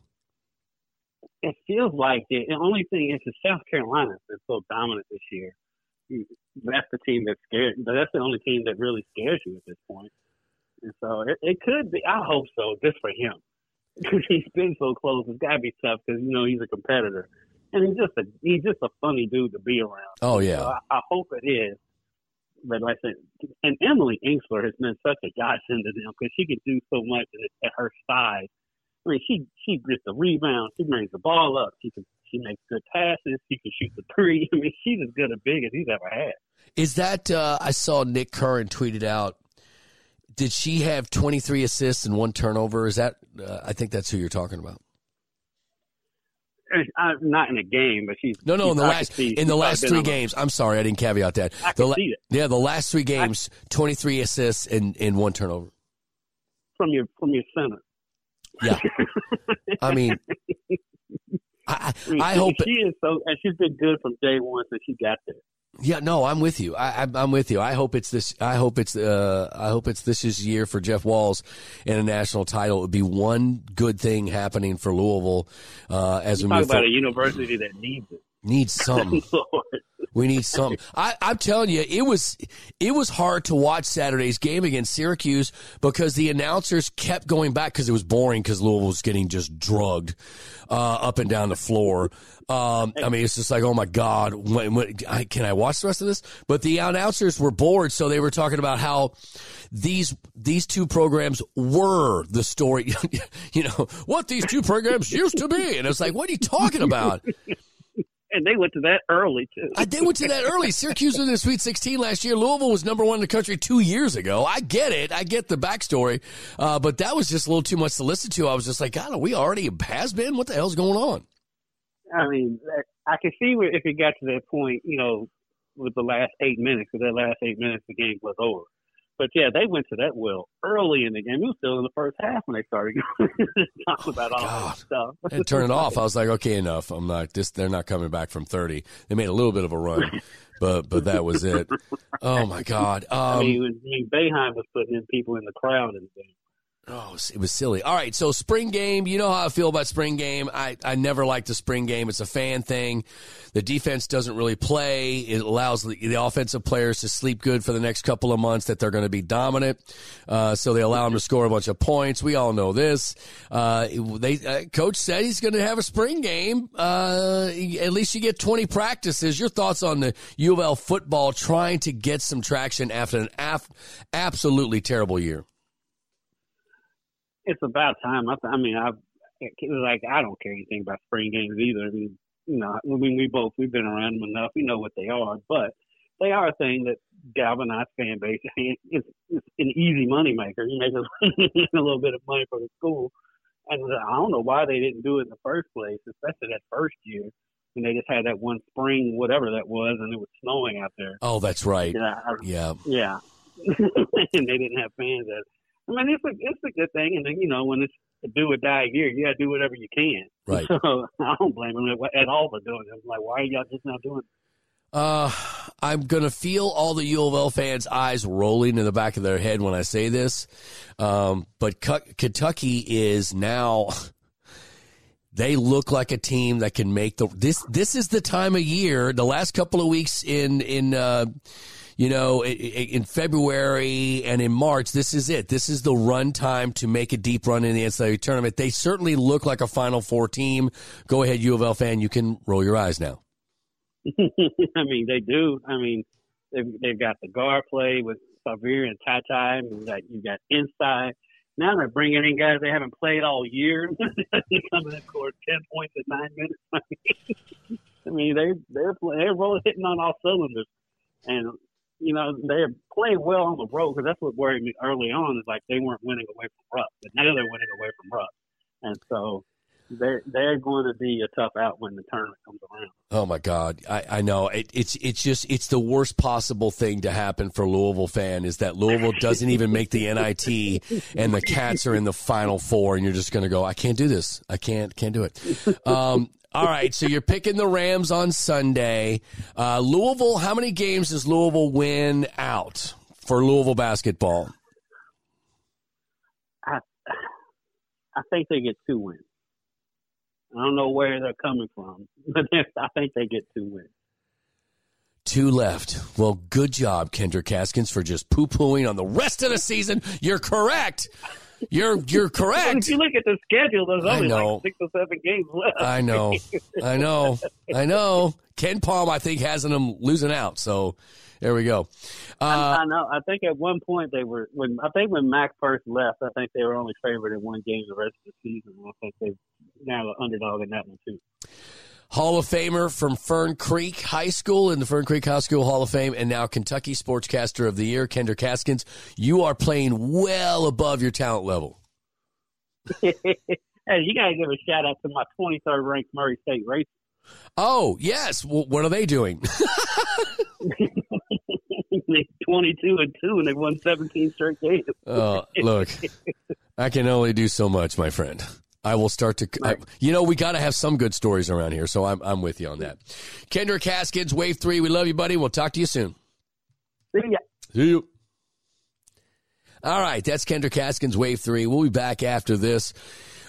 it feels like it. The only thing is that South Carolina's been so dominant this year. That's the team that scared. That's the only team that really scares you at this point. And so it, it could be. I hope so, just for him, because he's been so close. It's got to be tough because you know he's a competitor, and he's just a he's just a funny dude to be around.
Oh
So
yeah,
I, I hope it is. But like I said, and Emily Inksler has been such a godsend to them because she can do so much at, at her size. I mean, she she gets the rebound, she brings the ball up, she can she makes good passes, she can shoot the three. I mean, she's as good a big as he's ever had.
is that uh, I saw Nick Curran tweeted out? Did she have 23 assists and one turnover? Is that uh, I think that's who you're talking about.
I'm not in a game, but she's
No, no, in
she's-
the
I
last
can see
in the
she's
last
been
three
on my-
games. I'm sorry, I didn't caveat that.
I
the
can see it.
Yeah, the last three games, 23 assists and, and one turnover.
from your from your center.
Yeah, I mean, I,
I, mean,
I, I
she,
hope.
she is so, and she's been good from day one since she got there.
Yeah, no, I'm with you. I, I, I'm with you. I hope it's this. I hope it's. Uh, I hope it's this is year for Jeff Walls and a national title. It would be one good thing happening for Louisville uh, as we
Talk
move
about a
forward.
university that needs it.
Needs something.
Lord.
We need something. I, I'm telling you, it was it was hard to watch Saturday's game against Syracuse because the announcers kept going back because it was boring because Louisville was getting just drugged uh, up and down the floor. Um, I mean, it's just like, oh my god, when, when, I, can I watch the rest of this? But the announcers were bored, so they were talking about how these these two programs were the story. you know what these two programs used to be, and it's like, what are you talking about?
And they went to that early too.
I, they went to that early. Syracuse was in the Sweet 16 last year. Louisville was number one in the country two years ago. I get it. I get the backstory. Uh, but that was just a little too much to listen to. I was just like, God, are we already has been? What the hell's going on?
I mean, I can see where if it got to that point, you know, with the last eight minutes, because that last eight minutes the game was over. But yeah, they went to that well early in the game. It was still in the first half when they started talking about all
God.
that stuff.
I had to turn it off. I was like, okay, enough. I'm not this. They're not coming back from 30. They made a little bit of a run, but but that was it. Oh my God. Um,
I mean, when, when Boeheim was putting in people in the crowd and things.
Oh, it was- it was silly. All right, so spring game. You know how I feel about spring game. I, I never liked the spring game. It's a fan thing. The defense doesn't really play. It allows the, the offensive players to sleep good for the next couple of months that they're going to be dominant. Uh, so they allow them to score a bunch of points. We all know this. Uh, they uh, coach said he's going to have a spring game. Uh, at least you get twenty practices. Your thoughts on the U of L football trying to get some traction after an af- absolutely terrible year.
it's about time. I, th- I mean, I it was like I don't care anything about spring games either. I mean, you know, I mean, we both we've been around them enough. We know what they are, but they are a thing that galvanized fan base. I mean, it's, it's an easy money maker. You make a, a little bit of money for the school, and I don't know why they didn't do it in the first place, especially that first year when they just had that one spring, whatever that was, and it was snowing out there.
Oh, that's right.
Yeah, I,
Yeah.
Yeah, and they didn't have fans. That I mean, it's a it's a good thing, and then you know when it's a do or die year, you got to do whatever you can.
Right.
So I don't blame them at, at all for doing it. I'm like, why are y'all just not doing? It?
Uh, I'm gonna feel all the U of L fans' eyes rolling in the back of their head when I say this, um, but K- Kentucky is now. They look like a team that can make the this. This is the time of year. The last couple of weeks in in uh, you know i- i- in February and in March, this is it. This is the run time to make a deep run in the NCAA tournament. They certainly look like a Final Four team. Go ahead, U of L fan. You can roll your eyes now.
I mean, they do. I mean, they've, they've got the guard play with Savir and Ty Ty. and Like you got inside. Now they're bringing in guys they haven't played all year. Some of them scored ten points in nine minutes. I mean, they they're play- they're really hitting on all cylinders, and you know they're playing well on the road because that's what worried me early on. Is like they weren't winning away from Rupp, but now they're winning away from Rupp, and so they're they're going to be a tough out when the tournament comes around.
Oh my God, I, I know it, it's it's just it's the worst possible thing to happen for Louisville fan is that Louisville doesn't even make the NIT and the Cats are in the Final Four and you're just going to go I can't do this I can't can't do it. Um, all right, so you're picking the Rams on Sunday. Uh, Louisville, how many games does Louisville win out for Louisville basketball?
I think they get two wins. I don't know where they're coming from, but I think they get two wins.
Two left. Well, good job, Kendra Caskins, for just poo pooing on the rest of the season. You're correct. You're you're
But
correct.
if you look at the schedule, there's
I
only
know.
like six or seven games left.
I know. I know. I know. Ken Palm, I think, has them losing out. So there we go. Uh,
I know. I think at one point they were when I think when Mac first left, I think they were only favored in one game the rest of the season. I think they now are underdog in that one too.
Hall of Famer from Fern Creek High School in the Fern Creek High School Hall of Fame, and now Kentucky Sportscaster of the Year, Kendra Caskins. You are playing well above your talent level.
Hey, you got to give a shout out to my 23rd ranked Murray State Racers.
Oh, yes. W what are they doing?
they 22 and 2, and they won 17 straight games.
Oh, look, I can only do so much, my friend. I will start to. I- you know, we got to have some good stories around here, so I'm, I'm with you on that. Kendrick Haskins, Wave 3, we love you, buddy. We'll talk to you soon.
See ya.
See you. All right, that's Kendrick Haskins, Wave 3. We'll be back after this.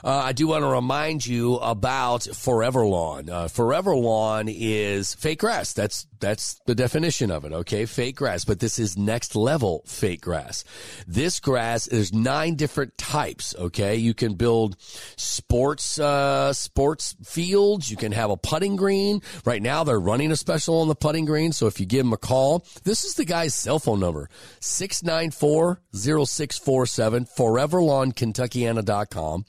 Uh, I do want to remind you about Forever Lawn. Uh, Forever Lawn is fake grass. That's that's the definition of it, okay? Fake grass, but this is next level fake grass. This grass, there's nine different types, okay? You can build sports uh, sports fields. You can have a putting green. Right now, they're running a special on the putting green, so if you give them a call, this is the guy's cell phone number 694 0647, foreverlawnkentuckiana.com.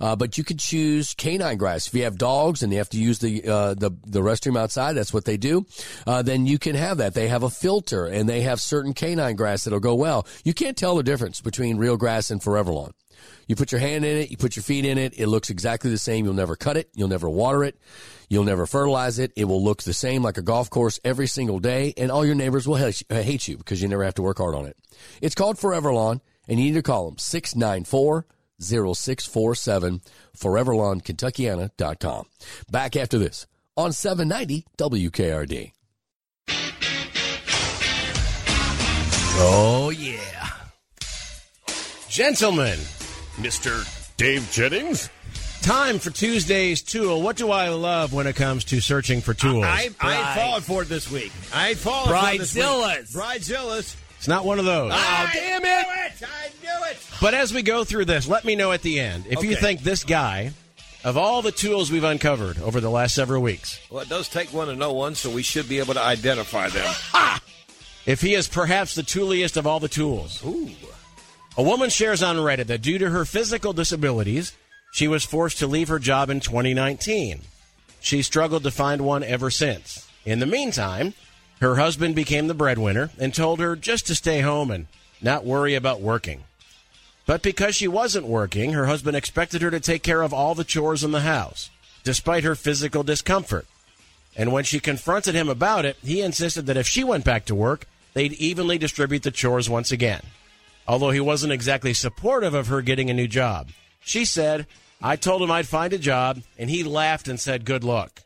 Uh, but you could choose canine grass. If you have dogs and you have to use the, uh, the, the restroom outside, that's what they do, uh, then you can have that. They have a filter and they have certain canine grass that'll go well. You can't tell the difference between real grass and forever lawn. You put your hand in it, you put your feet in it, it looks exactly the same. You'll never cut it, you'll never water it, you'll never fertilize it. It will look the same like a golf course every single day, and all your neighbors will hate you- hate you because you never have to work hard on it. It's called Forever Lawn, and you need to call them 694 0647 foreverlawnkentuckiana.com. Back after this on 790 WKRD.
Oh, yeah. Gentlemen, Mr. Dave Jennings. Time for Tuesday's Tool. What do I love when it comes to searching for tools?
I, I followed for it this week. I followed for it this
Bridezillas. Oh,
week. Bridezillas.
it's not one of those.
I
damn
knew
it.
I knew it.
But as we go through this, let me know at the end if you
Okay.
think this guy, of all the tools we've uncovered over the last several weeks,
Well, it does take one to know one, so we should be able to identify them.
if he is perhaps the tooliest of all the tools. Ooh. A woman shares on Reddit that due to her physical disabilities, she was forced to leave her job in 2019. She struggled to find one ever since. In the meantime, her husband became the breadwinner and told her just to stay home and not worry about working. But because she wasn't working, her husband expected her to take care of all the chores in the house, despite her physical discomfort. And when she confronted him about it, he insisted that if she went back to work, they'd evenly distribute the chores once again. Although he wasn't exactly supportive of her getting a new job, she said, I told him I'd find a job, and he laughed and said, Good luck.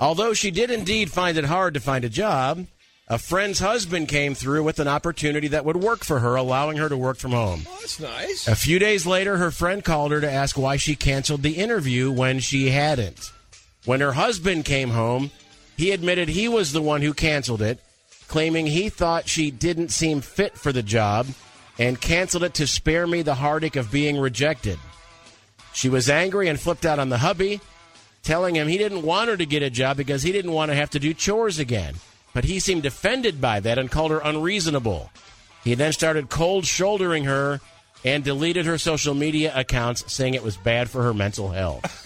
Although she did indeed find it hard to find a job, a friend's husband came through with an opportunity that would work for her, allowing her to work from home.
Well, Oh, that's nice.
A few days later, her friend called her to ask why she canceled the interview when she hadn't. When her husband came home, he admitted he was the one who canceled it, claiming he thought she didn't seem fit for the job and canceled it to spare me the heartache of being rejected. She was angry and flipped out on the hubby, telling him he didn't want her to get a job because he didn't want to have to do chores again. But he seemed offended by that and called her unreasonable. He then started cold shouldering her and deleted her social media accounts, saying it was bad for her mental health.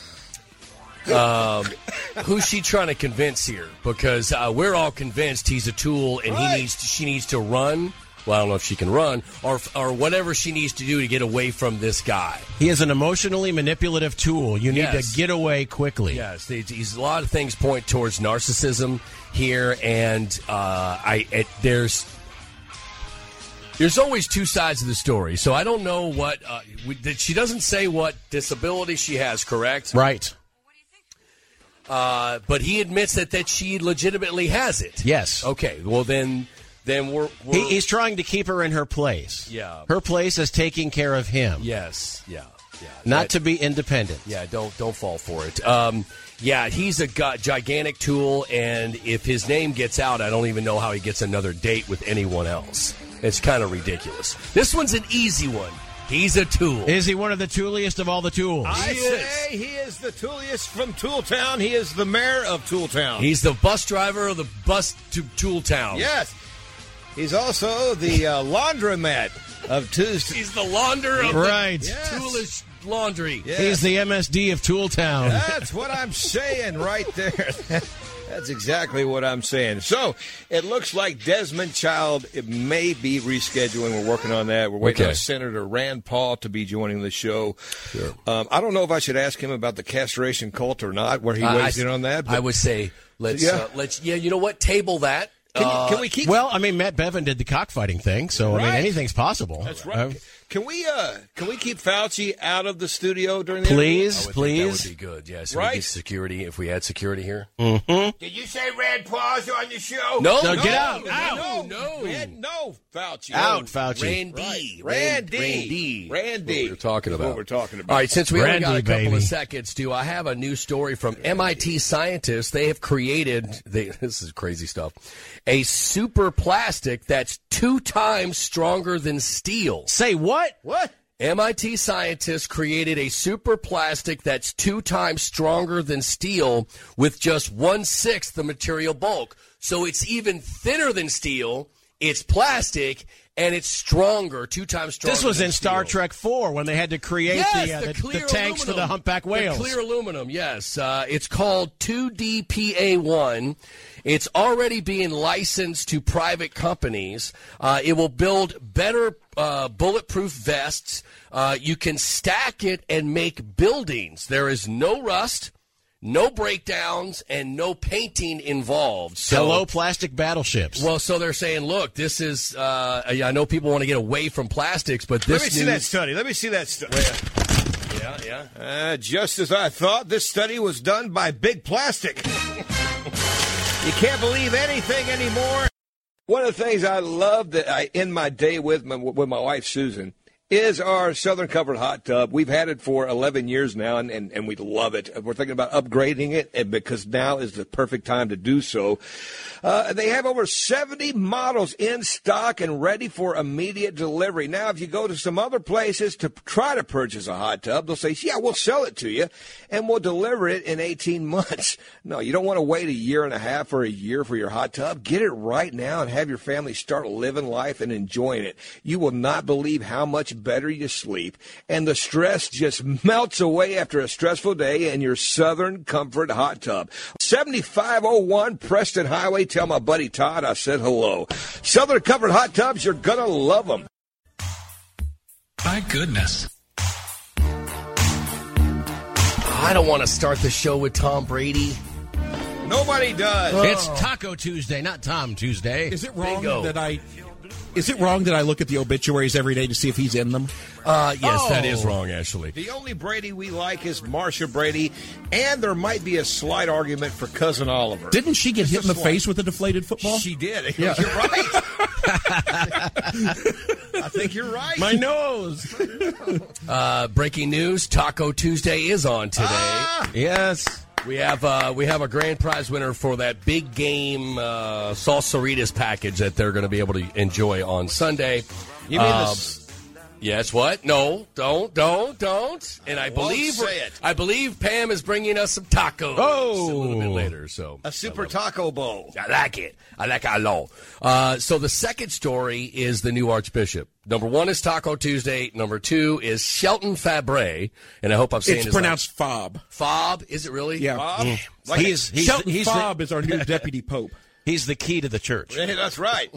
Who's she trying to convince here? Because uh, we're all convinced he's a tool, and he needs to, she needs to run. Well, I don't know if she can run, or or whatever she needs to do to get away from this guy.
He is an emotionally manipulative tool. You need
Yes.
to get away quickly.
Yes, these- these- a lot of things point towards narcissism here, and uh, I it, there's there's always two sides of the story. So I don't know what uh, we, that she doesn't say what disability she has, correct?
Right.
Uh, but he admits that that she legitimately has it.
Yes.
Okay. Well, then then we're, we're
He, he's trying to keep her in her place.
Yeah.
Her place is taking care of him,
Yes. Yeah. Yeah.
not
That-
to be independent.
Yeah. Don't don't fall for it. Um, yeah, he's a gu- gigantic tool, and if his name gets out, I don't even know how he gets another date with anyone else. It's kind of ridiculous. This one's an easy one. He's a tool.
Is he one of the tooliest of all the tools?
I
He
say he is the tooliest from Tooltown. He is the mayor of Tooltown.
he's the bus driver of the bus to Tool Town.
yes. He's also the uh, laundromat of Tuesday.
He's the launderer of
Right.
the
Yes.
toolish laundry.
Yeah.
He's the MSD of Tooltown.
That's what I'm saying right there. That's exactly what I'm saying. So it looks like Desmond Child it may be rescheduling. We're working on that. We're waiting
Okay.
on Senator Rand Paul to be joining the show. Um, I don't know if I should ask him about the castration cult or not, where he
I-
weighs in on that.
I would say let's
Yeah.
uh, let's yeah. You know what? Table that.
can,
Uh,
can we keep?
Well, I mean, Matt Bevin did the cockfighting thing, so I mean,
Right.
anything's possible. Uh,
that's right. Can we? Uh, can we keep Fauci out of the studio during the
please,
I would think
please.
that would be good. Yes,
Right.
security if we had security here.
Mm-hmm.
Did you say Rand Paul's on the show?
No.
No, get out.
No,
Out.
no,
No.
Rand- no, Fauci.
Out, Fauci.
Randy,
Right. Randy.
Randy,
Randy.
That's What we're talking
That's
about.
what we're talking about.
All right, since we
Randy,
only got a couple
baby.
of seconds, do I have a new story from MIT scientists? They have created they, this is crazy stuff. A super plastic that's two times stronger than steel.
Say what?
What?
MIT scientists created a super plastic that's two times stronger than steel with just one sixth the material bulk. So it's even thinner than steel, it's plastic, and it's stronger, two times stronger.
This was
than
in Star
steel.
Trek Four when they had to create
Yes,
the, uh, the,
clear
the tanks for
aluminum.
the humpback
The
whales.
clear aluminum, yes. Uh, it's called 2DPA1. It's already being licensed to private companies. Uh, it will build better uh, bulletproof vests. Uh, you can stack it and make buildings. There is no rust, no breakdowns, and no painting involved. So,
Hello, plastic battleships.
Well, so they're saying, look, this is. Uh, I know people want to get away from plastics, but
Let
this
me see
news-
that study. Let me see that study.
yeah, yeah.
Uh, just as I thought, this study was done by Big Plastic. you can't believe anything anymore. One of the things I love that I end my day with my, with my wife Susan is our Southern Comfort hot tub. We've had it for 11 years now, and, and, and we love it. We're thinking about upgrading it and because now is the perfect time to do so. Uh, they have over 70 models in stock and ready for immediate delivery. Now, if you go to some other places to try to purchase a hot tub, they'll say, yeah, we'll sell it to you and we'll deliver it in 18 months. No, you don't want to wait a year and a half or a year for your hot tub. Get it right now and have your family start living life and enjoying it. You will not believe how much better you sleep and the stress just melts away after a stressful day in your Southern Comfort hot tub. 7501 Preston Highway. Tell my buddy Todd I said hello. Southern Comfort hot tubs, you're going to love them.
My goodness.
I don't want to start the show with Tom Brady.
Nobody does.
it's Taco Tuesday, not Tom Tuesday.
Is it wrong
Bingo.
that I? Is it wrong that I look at the obituaries every day to see if he's in them?
Uh, yes, that
Oh.
is wrong, actually.
The only Brady we like is Marsha Brady, and there might be a slight argument for cousin Oliver.
Didn't she get
Just
hit in the
a slight.
face with a deflated football?
She did. You're right. I think you're right.
My nose.
Uh, breaking news: Taco Tuesday is on today.
Ah.
yes.
We have uh, we have a grand prize winner for that big game uh, salsaritas package that they're going to be able to enjoy on Sunday.
you mean
Uh,
Um,
this?
Yes, what? No, don't, don't, don't. And I, believe
say it.
I believe Pam is bringing us some tacos a little bit
Oh.
later. So
A super taco bowl.
I like it. I like it a lot. Uh, so the second story is the new Archbishop. Number one is Taco Tuesday. Number two is Shelton Fabre, and I hope I'm saying
It's
his
pronounced fob.
last- Fob. Is it really?
Yeah.
Like
he is, he's,
Shelton
he's,
Fob
the,
is our new deputy pope.
he's the key to the church.
Yeah, that's right.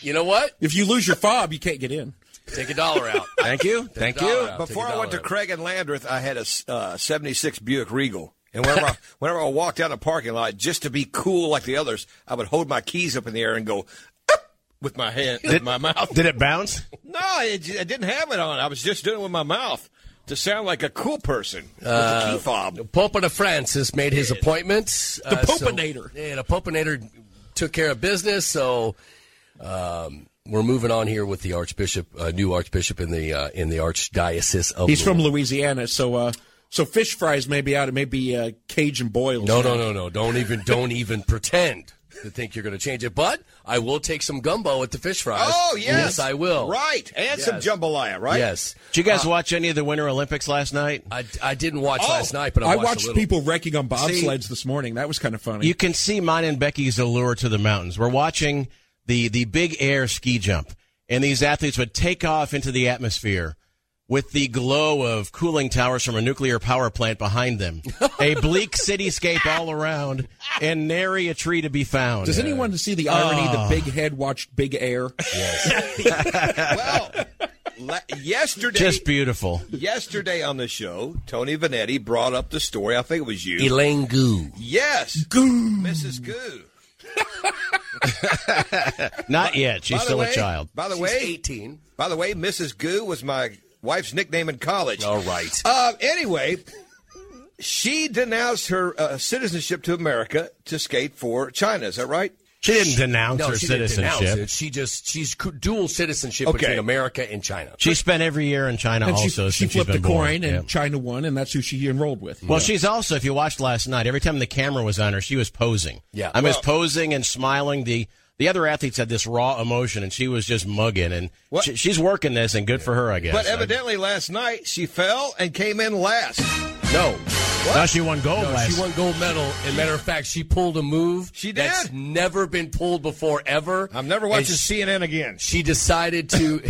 You know what?
If you lose your fob, you can't get in.
Take a dollar out.
Thank you. Thank
dollar
you.
out.
Before
Take a
I went to
dollar.
Craig and Landreth, I had a uh, 76 Buick Regal. And whenever I, whenever I walked out of the parking lot, just to be cool like the others, I would hold my keys up in the air and go "Up," with my hand, with my mouth.
Did it bounce?
No, I, I didn't have it on. I was just doing it with my mouth to sound like a cool person with a key fob.
Pope of Francis made his appointment. The
Popinator.
yeah, the Popinator took care of business. So um, we're moving on here with the Archbishop, uh, new Archbishop in the uh, in the Archdiocese of.
He's from
Louis-
Louisiana, so uh, so fish fries may be out. It may be uh, Cajun boils.
No, no, no, no. Don't even don't even pretend to think you're going to change it. But I will take some gumbo at the fish fries.
Oh, yes.
yes, I will.
Right. And some jambalaya, right?
Yes,
Did you guys watch any of the Winter Olympics last night?
I, I didn't watch
Oh,
last night, but I
I
watched, a
watched
little.
people wrecking on bobsleds this morning. That was kind of funny.
You can see mine and Becky's allure to the mountains. We're watching the the big air ski jump, and these athletes would take off into the atmosphere. with the glow of cooling towers from a nuclear power plant behind them. a bleak cityscape all around, and nary a tree to be found.
Does anyone see the irony
Oh.
that Big Head watched Big Air?
well, la- yesterday,
Just beautiful.
yesterday on the show, Tony Vanetti brought up the story. I think it was you.
Elaine Goo.
yes, Goo, Mrs. Goo.
Not yet. She's
By the
still
way-
a child.
By the
She's
way,
18.
By the way, Mrs. Goo was my wife's nickname in college.
All right.
Uh, anyway, she denounced her uh, citizenship to America to skate for China. Is that right?
She didn't denounce her
she didn't denounce
citizenship.
it. She just she's cu- dual citizenship
Okay.
between America and China.
She spent every year in China
And she,
also
she
since she's
flipped a
been
coin,
born.
and
Yeah.
China won, and that's who she enrolled with.
Well, she's also, if you watched last night, every time the camera was on her, she was posing.
Yeah.
I mean, was posing and smiling. The the other athletes had this raw emotion, and she was just mugging. And
What?
she, she's working this, and good for her, I guess.
but evidently, last night she fell and came in last.
No,
I, no, she won gold
no,
last.
she won gold medal. And matter of fact, she pulled a move
She
that's
did.
never been pulled before ever.
I'm never
And
watching
she-
CNN again.
she decided to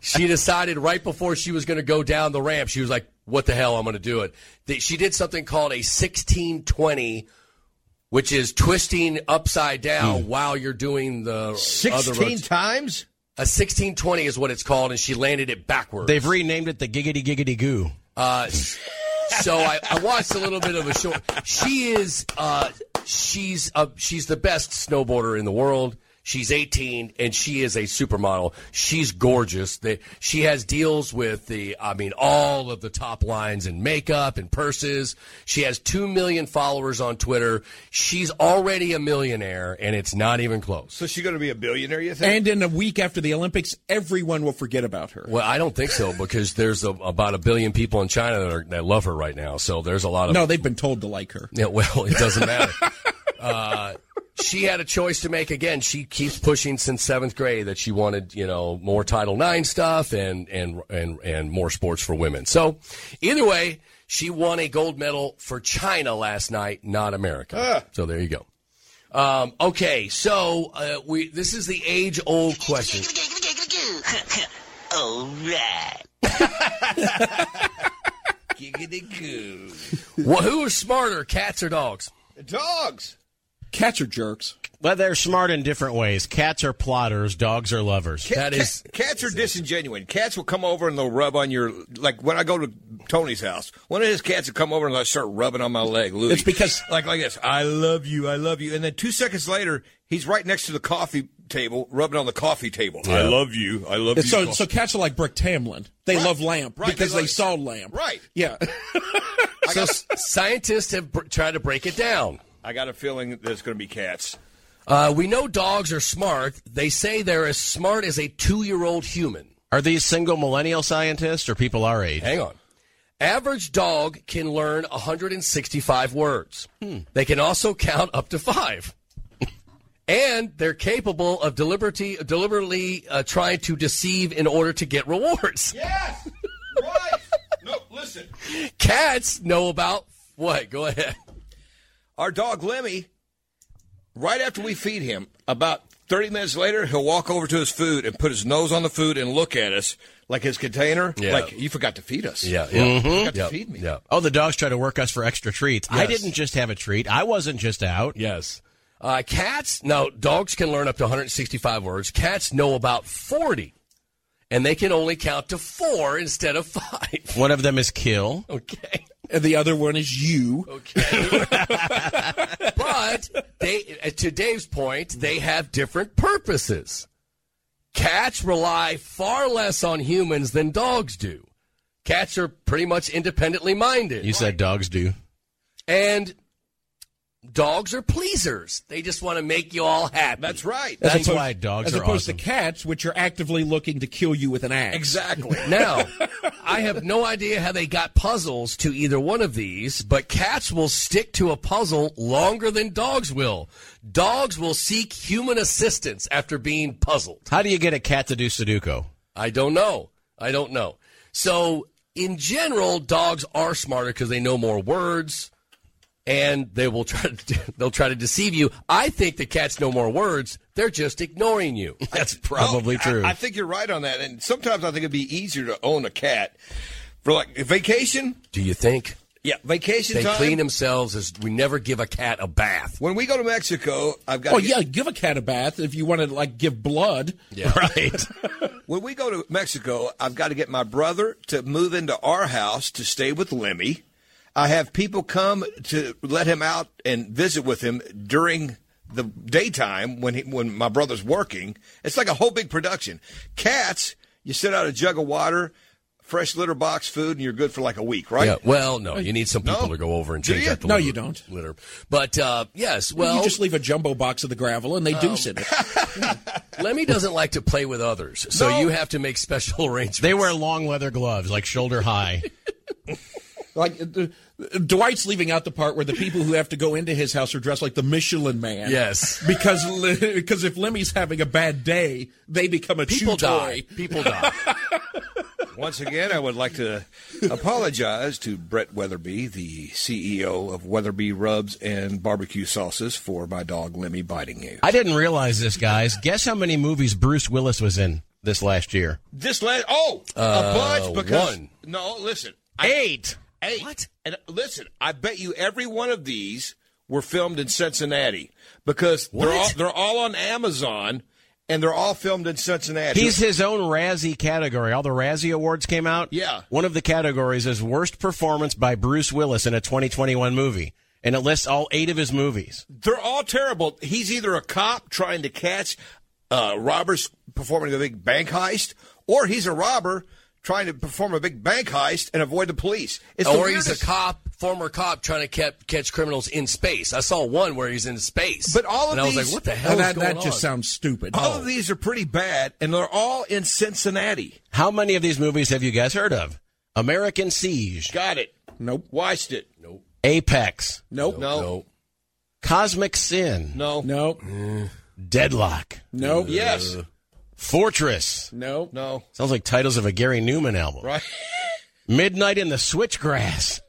she decided right before she was going to go down the ramp she was like what the hell i'm going to do it That- she did something called a 1620 which is twisting upside down while you're doing the other
Sixteen
rotation.
times.
a 1620 is what it's called and she landed it backwards
They've renamed it the Giggity Giggity Goo.
uh, so I, I watched a little bit of a short. She is uh, she's uh, she's the best snowboarder in the world. She's 18 and she is a supermodel. She's gorgeous. They, she has deals with the I mean all of the top lines in makeup and purses. She has 2 million followers on Twitter. She's already a millionaire and it's not even close.
So she's going to be a billionaire, you think?
and in a week after the Olympics, everyone will forget about her.
Well, I don't think so because there's a, about a billion people in China that, are, that love her right now. So there's a lot of
No, they've been told to like her.
Yeah, well, it doesn't matter. uh, she had a choice to make again. She keeps pushing since seventh grade that she wanted, you know, more Title IX stuff and and and and more sports for women. So, either way, she won a gold medal for China last night, not America. So there you go. Um, okay, so uh, we this is the age old question.
All right.
Well, who is smarter, cats or dogs?
Dogs.
Cats are jerks.
But they're smart in different ways. Cats are plotters, dogs are lovers.
That is
Cats are disingenuous. Cats will come over and they'll rub on your like when I go to Tony's house. One of his cats will come over and they'll start rubbing on my leg. Louis.
It's because-
like like this. I love you. I love you. And then two seconds later, he's right next to the coffee table, rubbing on the coffee table. I love you. I love
It's
you.
so, so cats are like Brooke Tamlin. They love Lamp
Right,
because
they
they,
love-
saw Lamp.
Right.
Yeah.
so. s- Scientists have br- tried to break it down.
I got a feeling that it's going to be cats.
Uh, we know dogs are smart. They say they're as smart as a two year old human.
Are these single millennial scientists or people our age?
Hang on. Average dog can learn 165 words. They can also count up to five. and they're capable of deliberately, deliberately uh, trying to deceive in order to get rewards.
Yes. Right. no. Listen.
Cats know about what? Go ahead.
Our dog Lemmy, right after we feed him, about 30 minutes later, he'll walk over to his food and put his nose on the food and look at us like his container.
Yeah.
Like, you forgot to feed us.
yeah.
You forgot to feed me.
Yeah.
Oh, the dogs try to work us for extra treats. I didn't just have a treat. I wasn't just out.
Yes. Uh, cats, now, dogs can learn up to 165 words. Cats know about 40, and they can only count to four instead of five.
One of them is kill.
Okay.
and the other one is you.
Okay. but they, uh, to Dave's point, they have different purposes. Cats rely far less on humans than dogs do. Cats are pretty much independently minded.
You said dogs do.
and dogs are pleasers. They just want to make you all happy.
That's right.
That's
As opposed-
why dogs
As
are
opposed
awesome.
to cats, which are actively looking to kill you with an axe.
Exactly.
Now, I have no idea how they got puzzles to either one of these, but cats will stick to a puzzle longer than dogs will. Dogs will seek human assistance after being puzzled.
How do you get a cat to do Sudoku?
I don't know. I don't know. So, in general, dogs are smarter because they know more words. and they will try to they'll try to deceive you. I think the cats know more words. They're just ignoring you. That's probably
No,
true.
I, I think you're right on that. And sometimes I think it'd be easier to own a cat for like vacation.
Do you think?
Yeah, vacation
They
time.
clean themselves as we never give a cat a bath.
When we go to Mexico, I've got.
Oh yeah, give a cat a bath if you want to like give blood.
Yeah. Right.
When we go to Mexico, I've got to get my brother to move into our house to stay with Lemmy. I have people come to let him out and visit with him during the daytime when he, when my brother's working. It's like a whole big production. Cats, you set out a jug of water, fresh litter box food, and you're good for like a week, right?
Yeah, well, no, you need some people
No.
to go over and
Do
change
you?
out the
No,
litter-
you don't.
litter. But uh, yes, well,
you just leave a jumbo box of the gravel and they
Um,
deuce it.
Lemmy doesn't like to play with others, so you have to make special arrangements.
They wear long leather gloves, like shoulder high.
Like uh, uh, Dwight's leaving out the part where the people who have to go into his house are dressed like the Michelin Man.
Yes.
because because if Lemmy's having a bad day, they become a
people
chew
die.
toy.
People die.
Once again, I would like to apologize to Brett Weatherby, the CEO of Weatherby Rubs and Barbecue Sauces, for my dog Lemmy biting you.
I didn't realize this, guys. Guess how many movies Bruce Willis was in this last year?
This last oh a bunch because
Uh, one.
no listen
Eight.
eight
What?
and listen I bet you every one of these were filmed in Cincinnati because they're all they're all on Amazon and they're all filmed in Cincinnati.
He's his own Razzie category. All the Razzie Awards came out.
Yeah.
One of the categories is worst performance by Bruce Willis in a 2021 movie, and it lists all eight of his movies.
they're all terrible. He's either a cop trying to catch uh, robbers performing a big bank heist, or he's a robber trying to perform a big bank heist and avoid the police. It's the
or he's a
weirdest-
cop, former cop, trying to kept, catch criminals in space. I saw one where he's in space.
But all of
and I was
these-
like, what the hell
And
is
that,
going
that just
on?
sounds stupid. Oh,
All of these are pretty bad, and they're all in Cincinnati.
How many of these movies have you guys heard of? American Siege,
Got it.
Nope.
Watched it.
Apex,
Nope.
No.
Cosmic Sin,
No.
Nope.
Deadlock,
Nope.
Yes.
Fortress.
Nope.
No.
Sounds like titles of a Gary Newman album.
Right.
Midnight in the Switchgrass.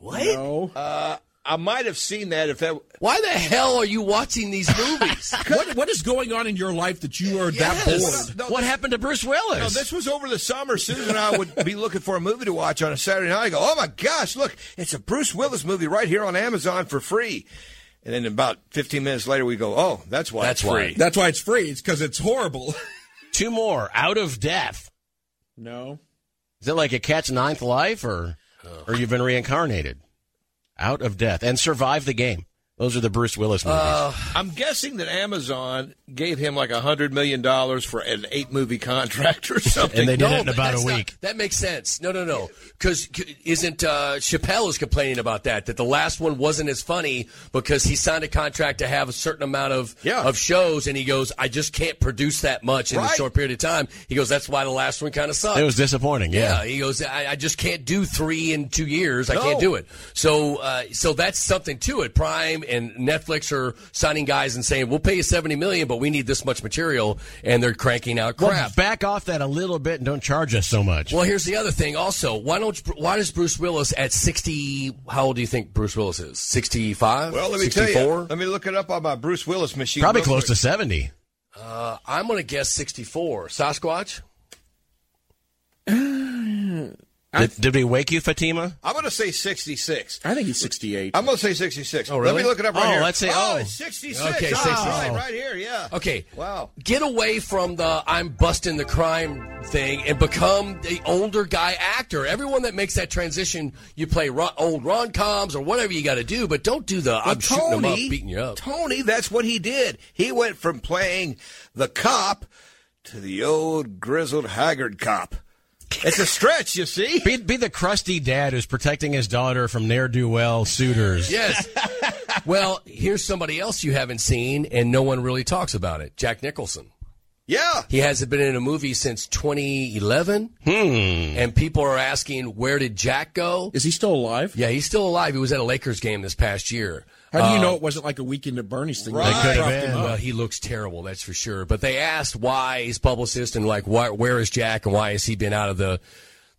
No.
I might have seen that if that.
Why the hell are you watching these movies?
what, what is going on in your life that you are that
Yes.
bored?
No,
what
this-
happened to Bruce Willis?
No, this was over the summer. Susan and I would be looking for a movie to watch on a Saturday night. I go, oh my gosh, look, it's a Bruce Willis movie right here on Amazon for free. And then about 15 minutes later, we go, oh, that's why
That's
it's
why.
free.
That's why it's free. It's because it's horrible.
Two more. Out of Death.
No.
Is it like a cat's ninth life, or or you've been reincarnated? Out of death and survive the game. Those are the Bruce Willis movies.
I'm guessing that Amazon gave him like a $100 million for an eight movie contract or something.
and they did
No,
it in
but
about a
that's not-
week.
that makes sense. No, no, no. Because isn't uh, Chappelle is complaining about that? That the last one wasn't as funny because he signed a contract to have a certain amount of
Yeah.
of shows, and he goes, "I just can't produce that much in a
Right.
short period of time." He goes, "That's why the last one kind of sucked."
It was disappointing. Yeah.
Yeah, he goes. I, I just can't do three in two years. I
No.
can't do it. So, uh, so that's something to it. Prime and Netflix are signing guys and saying, "We'll pay you seventy million, but we need this much material," and they're cranking out crap.
Well, back off that a little bit and don't charge us so much.
Well, here's the other thing. Also, why don't why does Bruce Willis at sixty? How old do you think Bruce Willis is? Sixty five?
well, let me tell you. Let me look it up on my Bruce Willis machine.
Probably
real
close to
quick.
seventy.
I'm going to guess sixty four. Sasquatch.
Did, did we wake you, Fatima?
I'm going to say 66.
I think he's 68.
I'm going to say 66.
Oh, really?
Let me look it up right
Oh,
here.
let's say- oh.
it's 66.
Okay,
Ah,
66.
Right, right here, yeah.
Okay.
Wow.
Get away from the I'm busting the crime thing and become the older guy actor. Everyone that makes that transition, you play ro- old rom coms or whatever you got to do, but don't do the I'm shooting them up, beating you up.
Tony, that's what he did. He went from playing the cop to the old grizzled haggard cop. It's a stretch, you see.
Be, be the crusty dad who's protecting his daughter from ne'er do well suitors.
Yes. well, here's somebody else you haven't seen, and no one really talks about it. Jack Nicholson.
Yeah.
He hasn't been in a movie since 2011. And people are asking, where did Jack go?
Is he still alive?
Yeah, he's still alive. He was at a Lakers game this past year.
How do you know it wasn't like a weekend at Bernie's thing?
Right. That could have
Propped him
Well,
up.
he looks terrible, that's for sure. But they asked why his publicist and like, why, where is Jack and why has he been out of the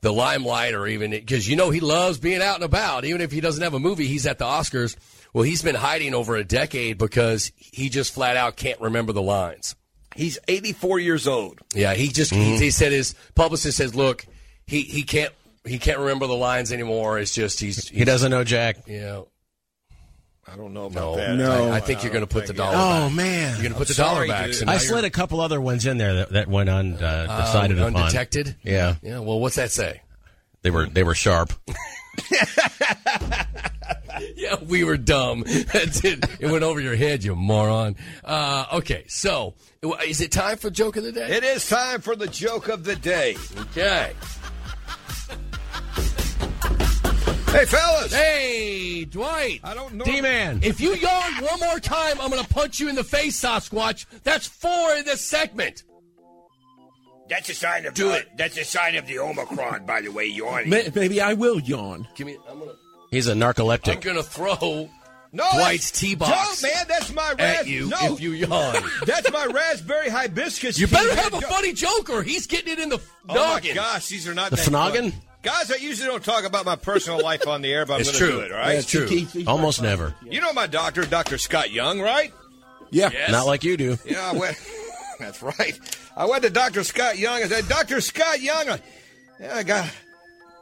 the limelight or even because you know he loves being out and about. Even if he doesn't have a movie, he's at the Oscars. Well, he's been hiding over a decade because he just flat out can't remember the lines.
He's 84 years old.
Yeah, he just he, he said his publicist says, "Look, he he can't he can't remember the lines anymore. It's just he's,
He doesn't know Jack.
yeah."
I don't know about
No,
that.
No.
I, I think you're going to put the dollar.
Oh,
back.
man.
you're going to put the dollar
sorry,
back.
dude.
So now
I
you're
slid a couple other ones in there that, that went un, uh, decided upon.
undetected.
Yeah,
Yeah. Well, what's that say?
they were they were sharp.
Yeah, we were dumb. That's it. It went over your head, you moron. Uh, okay, so is it time for joke of the day?
It is time for the joke of the day.
Okay.
Hey, fellas.
Hey, Dwight.
I don't know.
D-Man.
If you yawn one more time, I'm going to punch you in the face, Sasquatch. That's four in this segment.
That's a sign of
Do it.
That's a sign of the Omicron, by the way, yawning.
May- Maybe I will yawn.
Give me. I'm going to.
He's a
I'm
narcoleptic.
going to throw
No,
Dwight's
that's-
tea box
No, man, that's my
at
ras-
you
no,
if you yawn.
that's my raspberry hibiscus.
You
tea.
better have a
Don't-
funny joke, or he's getting it in the
Oh
noggin.
my gosh, these are not
The
that fun.
Fnoggin?
Guys, I usually don't talk about my personal life on the air, but I'm
It's
going to
true.
do it. All right,
It's true.
Almost never.
You know my doctor, Doctor Scott Young, right?
Yeah.
Not like you do.
Yeah, I went. that's right. I went to Doctor Scott Young. I said, Doctor Scott Young, I, yeah, I got.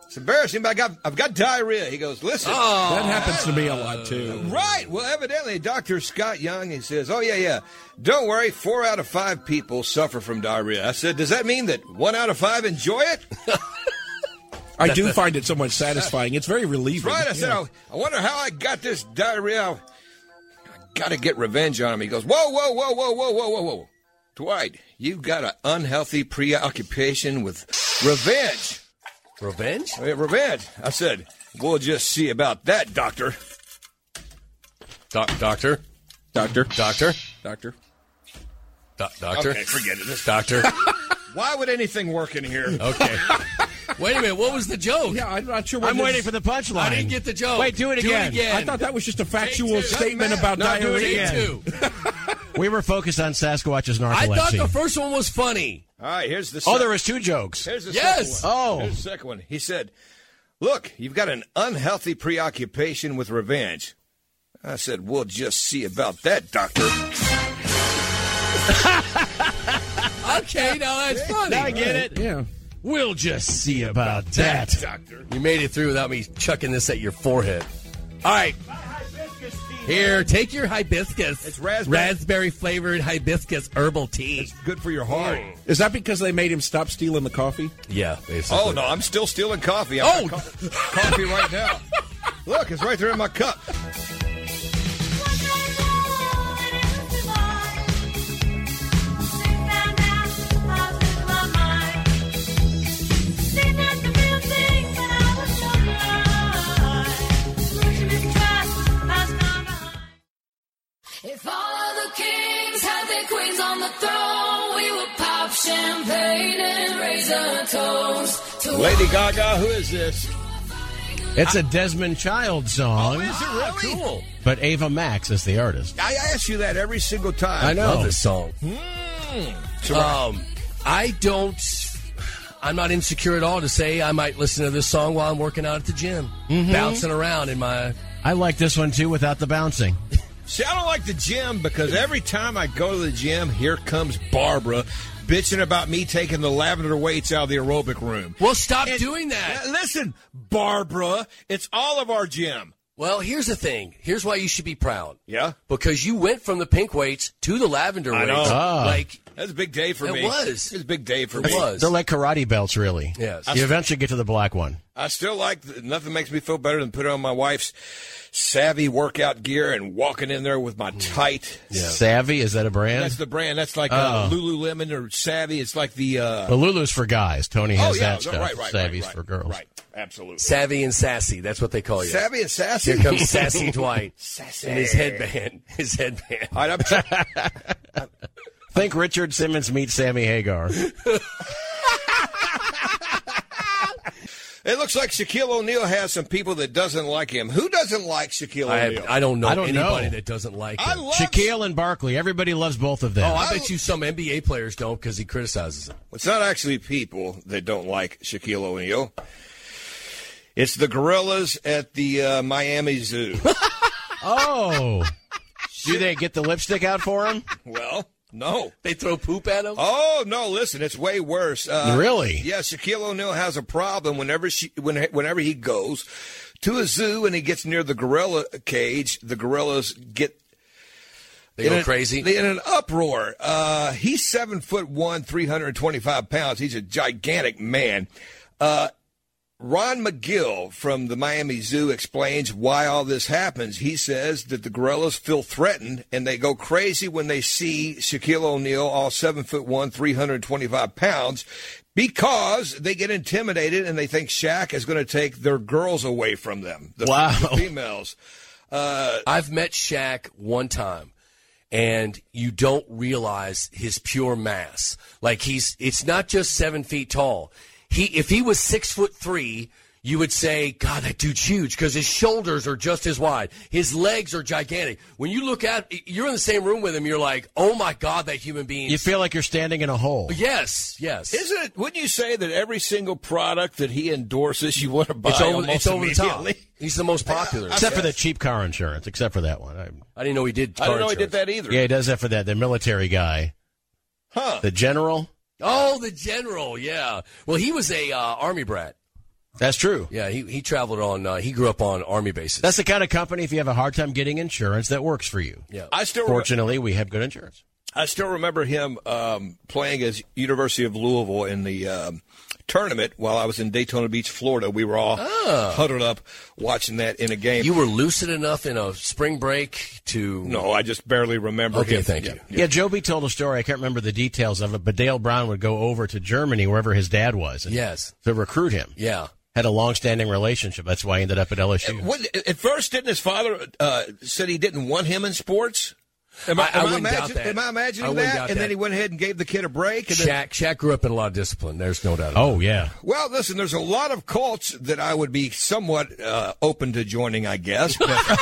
It's embarrassing, but I got I've got diarrhea. He goes, listen.
Oh,
That happens to me a lot too.
Right. Well, evidently, Dr. Scott Young, he says, Oh, yeah, yeah. Don't worry. Four out of five people suffer from diarrhea. I said, Does that mean that one out of five enjoy it?
I do find it somewhat satisfying. It's very relieving.
Right. I said, "Oh, I,
Yeah.
I wonder how I got this diarrhea. I got to get revenge on him. He goes, Whoa, whoa, whoa, whoa, whoa, whoa, whoa, whoa. Dwight, you've got an unhealthy preoccupation with revenge.
Revenge?
I mean, revenge. I said, We'll just see about that, doctor.
Doc- doctor?
Doctor.
Doctor?
Doctor.
Do- doctor?
Okay, forget it. This-
Doctor?
Why would anything work in here?
Okay. Wait a minute. What was the joke?
Yeah, I'm not sure. What
I'm
this-
waiting for the punchline.
I didn't get the joke.
Wait, do it again.
I thought that was just a
Take two.
factual statement
Doesn't
about
matter. No, do it
diarrhea.
again.
Two.
We were focused on Sasquatch's
I
narcolepsy.
thought the first one was funny.
All right, here's the
oh,
sec-
there was two jokes.
Here's the
Yes.
second one.
Oh.
Here's the second one. He said, Look, you've got an unhealthy preoccupation with revenge. I said, We'll just see about that, doctor.
Okay, now that's funny.
I get it.
Yeah.
We'll just see about that.
You made it through without me chucking this at your forehead. All right. Here, take your hibiscus.
It's raspberry.
flavored hibiscus herbal tea.
Good for your heart.
Is that because they made him stop stealing the coffee?
Yeah, basically.
Oh, no, I'm still stealing coffee. I'm
Oh!
got co- coffee right now. Look, it's right there in my cup.
If all of the kings had their queens on the throne, we would pop champagne and raise a toast to
Lady Gaga, who is this?
It's a Desmond Child song,
Oh, it
Oh,
really?
Cool.
but Ava Max is the artist.
I ask you that every single time. Hmm.
I
Oh.
love this song.
So,
Um, I don't. I'm not insecure at all to say I might listen to this song while I'm working out at the gym,
Mm-hmm.
bouncing around in my.
I like this one too without the bouncing.
See, I don't like the gym because every time I go to the gym, here comes Barbara bitching about me taking the lavender weights out of the aerobic room.
Well, stop doing
Uh,
that.
Listen, Barbara, it's all of our gym.
Well, here's the thing. Here's why you should be proud.
Yeah.
Because you went from the pink weights to the lavender
I
weights.
know. Ah.
Like,
That's a big day for
It
me.
was.
It was a big day for
It
me.
was.
They're like karate belts, really.
Yes.
You eventually get to the black one.
I still like nothing makes me feel better than putting on my wife's savvy workout gear and walking in there with my
Mm.
tight.
Savvy, is that a brand?
That's the brand. That's like
Oh.
uh, Lululemon or Savvy. It's like the. Uh,
Well, Lulu's for guys. Tony has
oh yeah,
that stuff.
right, right,
Savvy's
right, right,
for girls.
Right, absolutely.
savvy and sassy. That's what they call you.
Savvy and sassy.
Here comes sassy Dwight.
Sassy.
And his headband. His headband.
All right, I'm trying.
Think Richard Simmons meets Sammy Hagar.
Hey, look, looks like Shaquille O'Neal has some people that doesn't like him. Who doesn't like Shaquille
I,
O'Neal?
I don't know
I don't
anybody
know.
that doesn't like
I
him.
love
Shaquille and Barkley. Everybody loves both of them.
Oh, I bet you some NBA players don't because he criticizes them.
It's not actually people that don't like Shaquille O'Neal. It's the gorillas at the uh, Miami Zoo.
Oh. Do they get the lipstick out for him?
well, no.
They throw poop at him.
Oh no! Listen, it's way worse. Uh,
Really?
Yeah, Shaquille O'Neal has a problem whenever she, when, whenever he goes to a zoo and he gets near the gorilla cage. The gorillas get
They go
in an-
crazy.
in an uproar. Uh, he's seven foot one, three hundred twenty five pounds. He's a gigantic man. Uh, Ron McGill from the Miami Zoo explains why all this happens. He says that the gorillas feel threatened and they go crazy when they see Shaquille O'Neal, all seven foot one, three hundred twenty five pounds, because they get intimidated and they think Shaq is going to take their girls away from them. The,
Wow.
the females.
I've met Shaq one time, and you don't realize his pure mass. Like he's, it's not just seven feet tall. He, if he was six foot three, you would say, God, that dude's huge because his shoulders are just as wide. His legs are gigantic. When you look at, you're in the same room with him, you're like, oh my God, that human being. Oh,
You feel like you're standing in a hole.
yes, yes.
Isn't it? Wouldn't you say that every single product that he endorses, you want to buy
it's over,
almost
it's over the top.
immediately?
He's the most popular. I,
Except for the cheap car insurance. Except for that one. I,
didn't know he did.
I
car
don't know he did
insurance.
that either.
yeah, he does that for that. The military guy.
Huh.
The general.
Oh, the general. Yeah. Well, he was a uh, army brat.
That's true.
Yeah, he, he traveled on. Uh, he grew up on army bases.
That's the kind of company, if you have a hard time getting insurance, that works for you.
yeah.
I still re-
Fortunately, we have good insurance.
I still remember him um, playing as University of Louisville in the um, tournament while I was in Daytona Beach, Florida. We were all huddled up watching that in a game.
Ah. you were lucid enough in a spring break to.
no, I just barely remember.
Okay,
him.
thank
Yeah.
you.
Yeah. Joby told a story. I can't remember the details of it, but Dale Brown would go over to Germany, wherever his dad was, and-
Yes.
to recruit him.
Yeah.
Had a long-standing relationship. That's why he ended up at LSU.
What, at first, didn't his father uh, said he didn't want him in sports? Am I,
I- I
am
wouldn't doubt
imagine-
that.
am I imagining
I wouldn't
that?
doubt
And
that.
then he went ahead and gave the kid a break. And then-
Shaq Shaq grew up in a lot of discipline. There's no doubt. About
Oh yeah.
Well, listen, there's a lot of cults that I would be somewhat uh, open to joining, I guess. But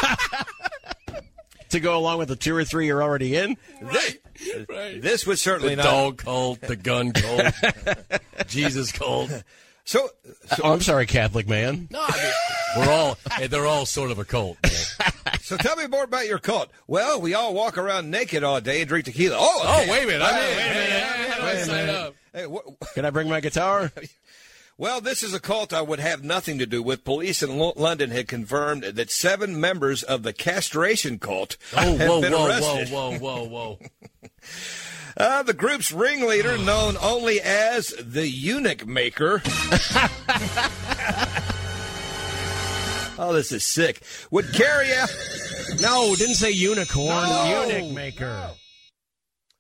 To go along with the two or three you're already in.
it. Right.
this would certainly
The
not.
dog cult, the gun cult, Jesus cult.
So,
Oh, I'm sorry, Catholic man.
No, I mean, we're all. hey, They're all sort of a cult. man.
so tell me more about your cult. Well, we all walk around naked all day and drink tequila. Oh,
Oh
okay.
wait a minute! I mean, hey, hey,
Hey,
how do I
wait a
sign
minute.
up?
Hey, wh-
Can I bring my guitar?
Well, this is a cult I would have nothing to do with. Police in Lo- London had confirmed that seven members of the castration cult
Oh,
have
whoa,
been
whoa,
arrested.
whoa, whoa, whoa, whoa!
Uh, the group's ringleader, known only as the Eunuch Maker. oh, this is sick. Would carry out.
No, didn't say unicorn.
No.
Eunuch maker.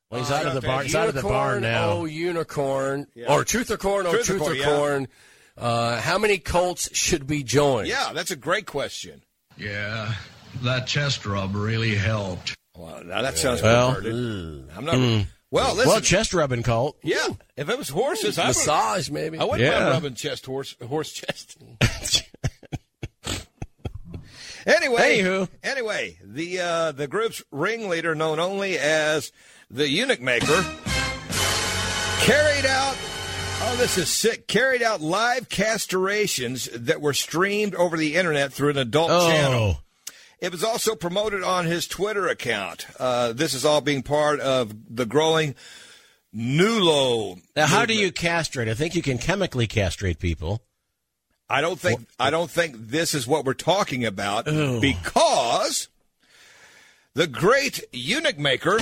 Well, he's out of the barn. He's out of the barn
Unicorn,
now.
Oh, unicorn. Or truth or corn, or
Truth or
truth or
corn, yeah.
corn. Uh, how many cults should we join?
Yeah, that's a great question.
Yeah, that chest rub really helped.
Well, now that sounds
Well,
perverted. I'm not. Well, listen.
well, chest rubbing cult.
yeah, if it was horses, I would.
Massage, maybe.
I wouldn't
Yeah.
mind rubbing chest horse horse chest. anyway,
Anywho.
anyway, the uh, the group's ringleader, known only as the Eunuch Maker, carried out. Oh, this is sick. Carried out live castrations that were streamed over the internet through an adult channel.
Oh,
It was also promoted on his Twitter account. Uh, this is all being part of the growing Nulo.
now how do you castrate? I think you can chemically castrate people.
I don't think I don't think this is what we're talking about because the great eunuch maker.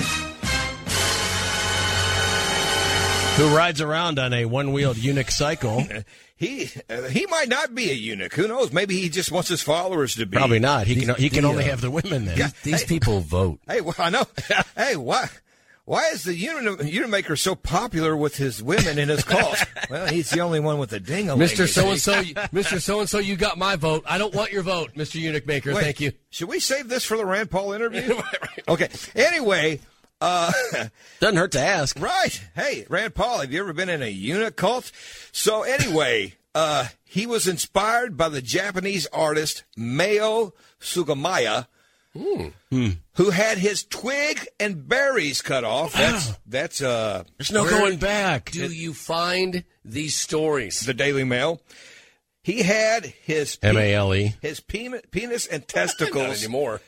Who rides around on a one-wheeled eunuch cycle?
He uh, he might not be a eunuch. Who knows? Maybe he just wants his followers to be.
Probably not. He can. He can
the,
only
uh,
have the women then.
These people vote.
Hey, well, I know. hey, why? Why is the eunuch, eunuch maker so popular with his women in his cult? well, he's the only one with a ding.
Mr. So and so, Mr. So and so, you got my vote. I don't want your vote, Mr. Eunuch Maker.
Wait,
Thank you.
Should we save this for the Rand Paul interview? Okay. Anyway, uh,
Doesn't hurt to ask.
right. Hey, Rand Paul, have you ever been in a eunuch cult? So anyway, uh, He was inspired by the Japanese artist Mayo Sugamiya,
Hmm.
who had his twig and berries cut off. That's that's uh.
There's no going back. Do
you find these stories? The Daily Mail. He had his pe-
M A L E.
his penis, penis and testicles
Not anymore.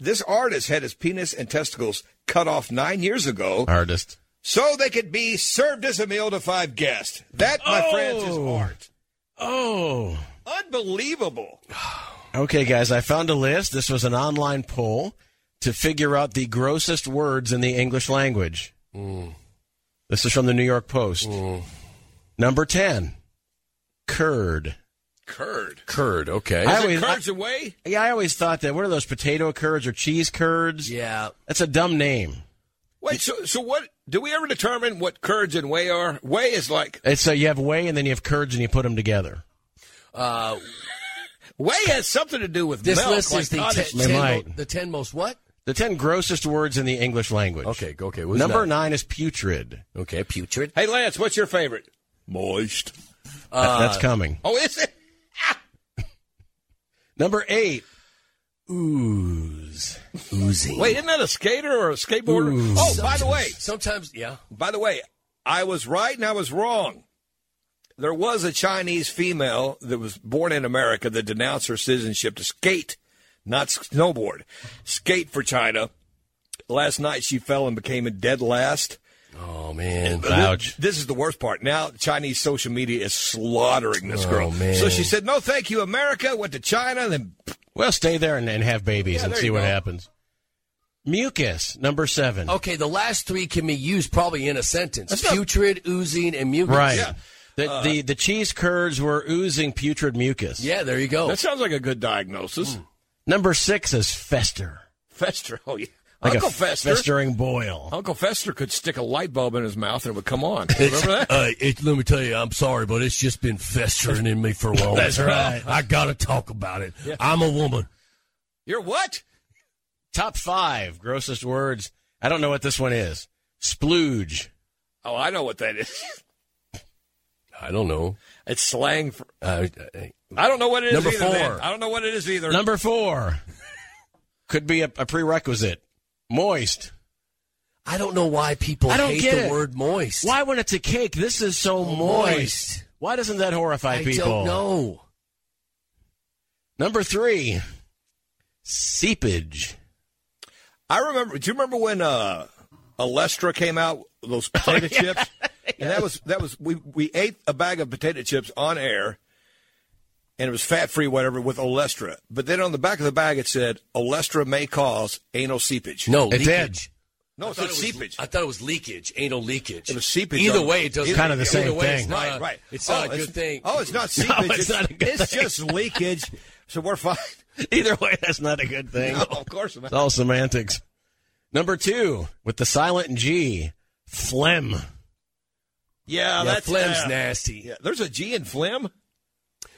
this artist had his penis and testicles cut off nine years ago,
Artist.
so they could be served as a meal to five guests. That, my friends, is
Oh.
art.
Oh.
Unbelievable.
Okay, guys, I found a list. This was an online poll to figure out the grossest words in the English language.
Hmm.
This is from the New York Post. Number 10, curd.
Curd.
Curd, okay.
I always- I-
away?
Yeah, I always thought that. What are those potato curds or cheese curds?
Yeah.
That's a dumb name.
Wait, so so what? Do we ever determine what curds and whey are? Whey is like
It's uh, you have whey and then you have curds and you put them together.
Uh,
whey has something to do with
this
milk.
list
like
is the,
cottage
ten,
They
ten
might.
mo- the 10 most what?
The 10 grossest words in the English language.
Okay, go- okay. what's
Number
that?
nine is putrid.
Okay, putrid.
Hey, Lance, what's your favorite?
Moist.
That-
Uh,
That's coming.
Oh, is it?
Number eight, ooze.
Oozing.
Wait, isn't that a skater or a skateboarder?
Ooh.
Oh, by the way,
Sometimes, yeah.
by the way, I was right and I was wrong. There was a Chinese female that was born in America that denounced her citizenship to skate, not snowboard. Skate for China. Last night she fell and became in dead last.
Oh, man.
Ouch.
This is the worst part. Now Chinese social media is slaughtering this girl.
man.
So she said, "No, thank you, America." Went to China, then
Well, stay there and, and have babies
Yeah,
and
there
see
you
what
go.
happens. Mucus, number seven.
Okay, the last three can be used probably in a sentence. Putrid, oozing, and mucus.
Right. The, the the cheese curds were oozing putrid mucus.
Yeah, there you go.
that sounds like a good diagnosis.
Number six is fester.
Hmm. Fester, oh yeah,
Like
Uncle
a
Fester.
festering boil.
Uncle Fester could stick a light bulb in his mouth and it would come on. Remember that?
Uh, it, let me tell you, I'm sorry, but it's just been festering in me for a long That's right. I got to talk about it. I'm a woman.
You're what?
Top five grossest words. I don't know what this one is. Splooge.
Oh, I know what that is.
I don't know.
It's slang for.
Uh,
I don't know what it is.
Number
either, man.
four.
I don't know what it is either.
Number four could be a, a prerequisite. Moist.
I don't know why people
I don't
hate
get
the
it.
word moist.
Why, when it's a cake, this is so moist.
moist.
Why doesn't that horrify
I
people?
don't know.
Number three, seepage.
I remember. Do you remember when uh, Alestra came out? Those potato chips, and that was that was we we ate a bag of potato chips on air, and it was fat free whatever with Olestra. But then on the back of the bag it said Olestra may cause anal seepage.
No,
It's
leakage.
no, it
I thought
said
it was-
seepage.
I thought it was leakage, anal leakage.
It was seepage
Either
on-
way, it doesn't.
Kinda the same
either way, It's
thing.
not,
Right, right.
It's not
Oh,
a good thing.
Oh, it's not seepage.
it's not a good
it's
thing.
just leakage. So we're fine.
Either way, that's not a good thing.
No, of course not.
It's all semantics. Number two, with the silent G, phlegm.
Yeah,
yeah,
that's
phlegm's
yeah.
nasty.
Yeah, there's a G in phlegm.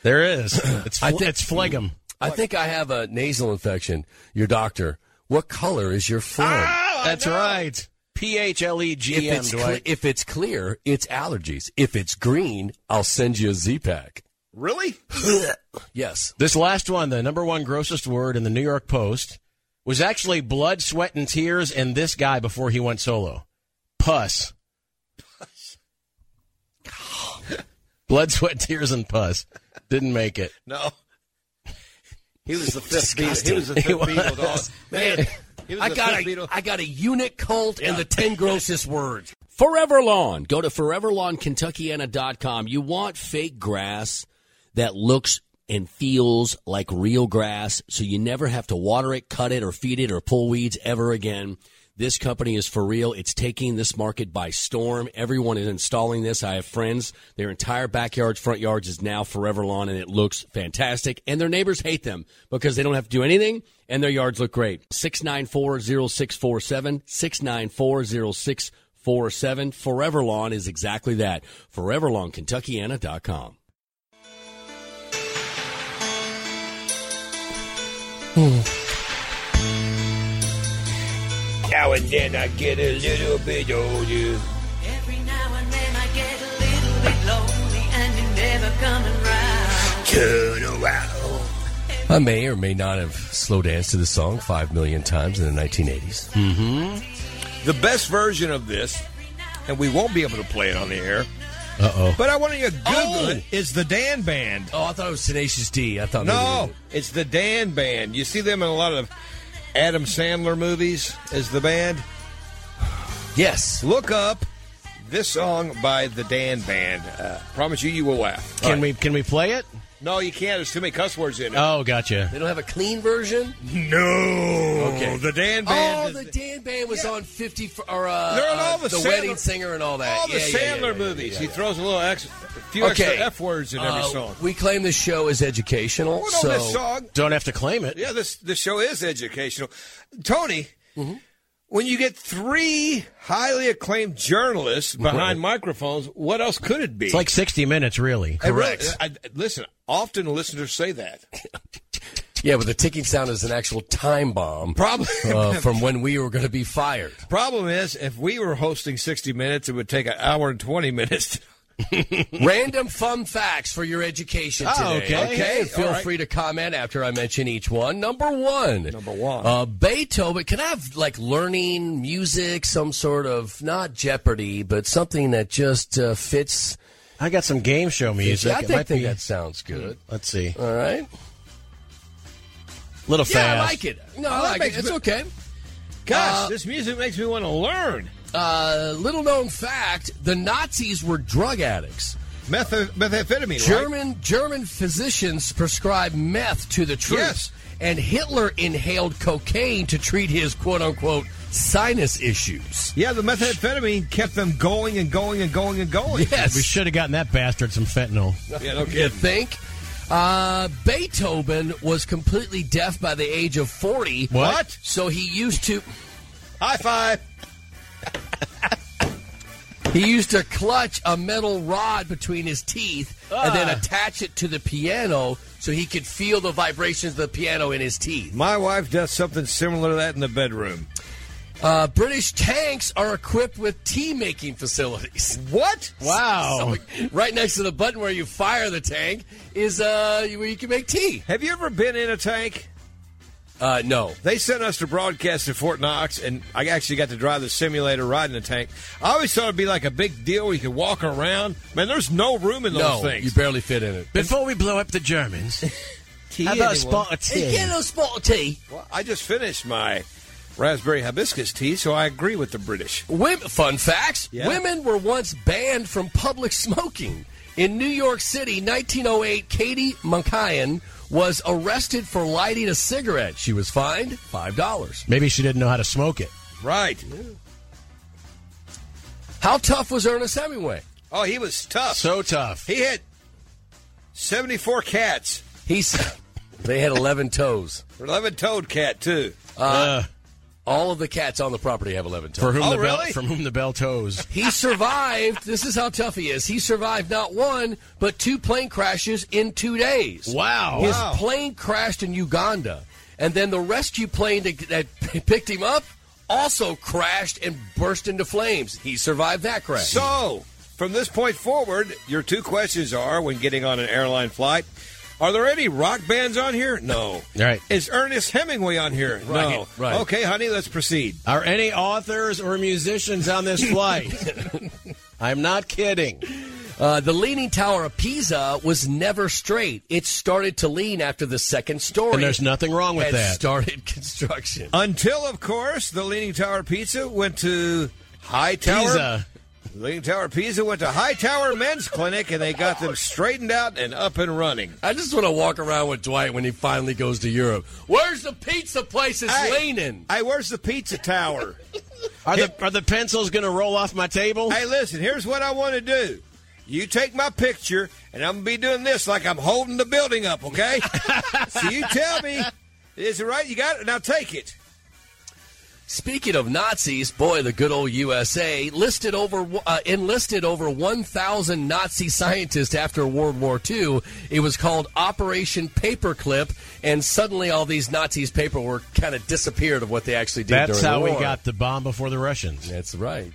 There is. It's,
I
fle-
think-
it's phlegm.
I think I have a nasal infection. Your doctor, what color is your phlegm?
Ah,
That's right. P H L E G
if
M,
it's cle-
Dwight.
if it's clear, it's allergies. If it's green, I'll send you a Z pack.
Really?
Yes.
This last one, the number one grossest word in the New York Post, was actually blood, sweat, and tears in this guy before he went solo. Pus. blood, sweat, tears, and pus. Didn't make it.
No. He was the fifth Beatle. He
Disgusting.
was the fifth
He
Beatle. dog.
was.
Man, he was
I
the
got
fifth
a,
Beatle.
I got a unit cult and the 10 grossest words.
Forever Lawn. Go to foreverlawnkentuckiana.com. You want fake grass that looks and feels like real grass so you never have to water it, cut it, or feed it, or pull weeds ever again. This company is for real. It's taking this market by storm. Everyone is installing this. I have friends. Their entire backyards, front yards is now Forever Lawn and it looks fantastic. And their neighbors hate them because they don't have to do anything and their yards look great. 6940647, 6940647. 47 Forever Lawn is exactly that. ForeverLawnKentuckiana.com.
Now and then I get a little bit older.
Every now and then I get a little bit lonely and it never
coming round.
I may or may not have slow danced to the song five million times in the 1980s.
The best version of this, and we won't be able to play it on the air.
Uh oh.
But I want you to Google it. It's the Dan Band.
Oh, I thought it was Tenacious D. I thought
no, it's the Dan Band. You see them in a lot of Adam Sandler movies as the band.
Yes.
Look up this song by the Dan Band. Uh, promise you, you will laugh.
Can we can we play it?
No, you can't. There's too many cuss words in it.
Oh, gotcha.
They don't have a clean version?
No.
Okay.
The Dan
Oh,
Band.
the
is-
Dan Band was on 50 f- or uh,
They're on all
uh,
the
the,
Sandler-
Wedding Singer and all that.
all the
Yeah, yeah, yeah,
Sandler
yeah, yeah,
movies.
yeah,
He
yeah.
throws a little ex, a few
Okay.
extra f words in every
Uh,
song.
We claim this show is educational.
Well,
so
no, this song.
Don't have to claim it.
Yeah, this this show is educational. Tony, when you get three highly acclaimed journalists behind microphones, what else could it be?
It's like 60 minutes, really.
I really- I, I- listen, often listeners say that.
Yeah, but the ticking sound is an actual time bomb
Problem
uh, from when we were going to be fired.
problem is, if we were hosting sixty minutes, it would take an hour and twenty minutes.
Random fun facts for your education today.
Oh, okay.
Hey,
feel
all right.
free to comment after I mention each one. Number one.
Number one.
Uh, Beethoven. Can I have like learning music, some sort of not Jeopardy, but something that just uh, fits?
I got some game show music.
I
It
think,
might
think
be-
that sounds good.
Let's see.
All right.
Little
Yeah,
fast.
I like it. No, I
Well, that
like it.
makes
It's
me-
okay.
Gosh, this music makes me want to learn.
Uh, little known fact: the Nazis were drug addicts.
Meth- methamphetamine. right?
German German physicians prescribed meth to the troops,
Yes.
and Hitler inhaled cocaine to treat his "quote unquote" sinus issues.
Yeah, the methamphetamine kept them going and going and going and going.
Yes,
We should have gotten that bastard some fentanyl.
Yeah, no
you
kidding.
think. Uh, Beethoven was completely deaf by the age of forty.
What?
So he used to
High five.
he used to clutch a metal rod between his teeth and then attach it to the piano so he could feel the vibrations of the piano in his teeth.
My wife does something similar to that in the bedroom.
Uh, British tanks are equipped with tea making facilities.
What?
Wow.
So, right next to the button where you fire the tank is uh, where you can make tea.
Have you ever been in a tank?
Uh, no.
They sent us to broadcast to Fort Knox, and I actually got to drive the simulator riding the tank. I always thought it'd be like a big deal where you could walk around. Man, there's no room in those
No,
things.
you barely fit in it.
Before we blow up the Germans, how about a spot of tea?
no spot of tea.
Well, I just finished my raspberry hibiscus tea, so I agree with the British.
Women, fun facts.
Yeah.
Women were once banned from public smoking. In New York City, 1908, Katie Mankian was arrested for lighting a cigarette. She was fined $5.
Maybe she didn't know how to smoke it.
Right.
How tough was Ernest Hemingway?
Oh, he was tough.
So tough.
he had 74 cats.
He's they had 11 toes.
11 toed cat, too.
Uh,
All of the cats on the property have 11 toes.
for whom
Oh,
the bell
really?
from whom the bell tows.
He survived. this is how tough he is. He survived not one, but two plane crashes in two days.
Wow.
His plane crashed in Uganda, and then the rescue plane that, that picked him up also crashed and burst into flames. He survived that crash.
So, from this point forward, your two questions are when getting on an airline flight are there any rock bands on here? No.
Right.
Is Ernest Hemingway on here? no.
Right, right.
Okay, honey, let's proceed.
Are any authors or musicians on this flight? I'm not kidding.
Uh, the Leaning Tower of Pisa was never straight. It started to lean after the second story.
And there's nothing wrong with
had
that.
started construction.
Until, of course, the Leaning Tower of Pizza went to High Tower.
Pisa.
Leaning Tower of Pisa went to High Tower Men's Clinic, and they got them straightened out and up and running.
I just want to walk around with Dwight when he finally goes to Europe. Where's the pizza place that's
Hey,
leaning?
Hey, where's the pizza tower?
Are the are the pencils going to roll off my table?
hey, listen, here's what I want to do. You take my picture, and I'm gonna be doing this like I'm holding the building up, okay? so you tell me, is it right? You got it? Now take it.
Speaking of Nazis, boy, the good old USA listed over uh, enlisted over 1,000 Nazi scientists after World War II. It was called Operation Paperclip, and suddenly all these Nazis' paperwork kind of disappeared of what they actually did.
That's
during the
how we
war.
got the bomb before the Russians.
That's right.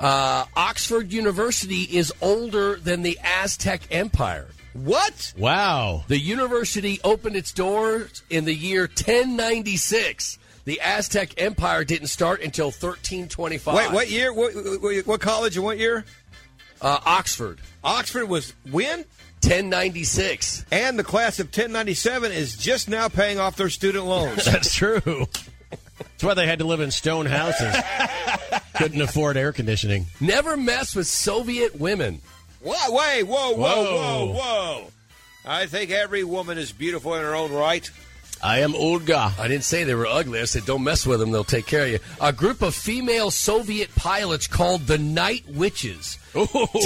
Uh, Oxford University is older than the Aztec Empire.
What?
Wow.
The university opened its doors in the year 1096. The Aztec Empire didn't start until 1325.
Wait, what year? What, what, what college and what year?
Uh, Oxford.
Oxford was when?
1096.
And the class of 1097 is just now paying off their student loans.
That's true. That's why they had to live in stone houses. Couldn't afford air conditioning.
Never mess with Soviet women.
Whoa, wait, whoa, whoa, whoa, whoa, I think every woman is beautiful in her own right.
I am Olga.
I didn't say they were ugly. I said don't mess with them; they'll take care of you. A group of female Soviet pilots called the Night Witches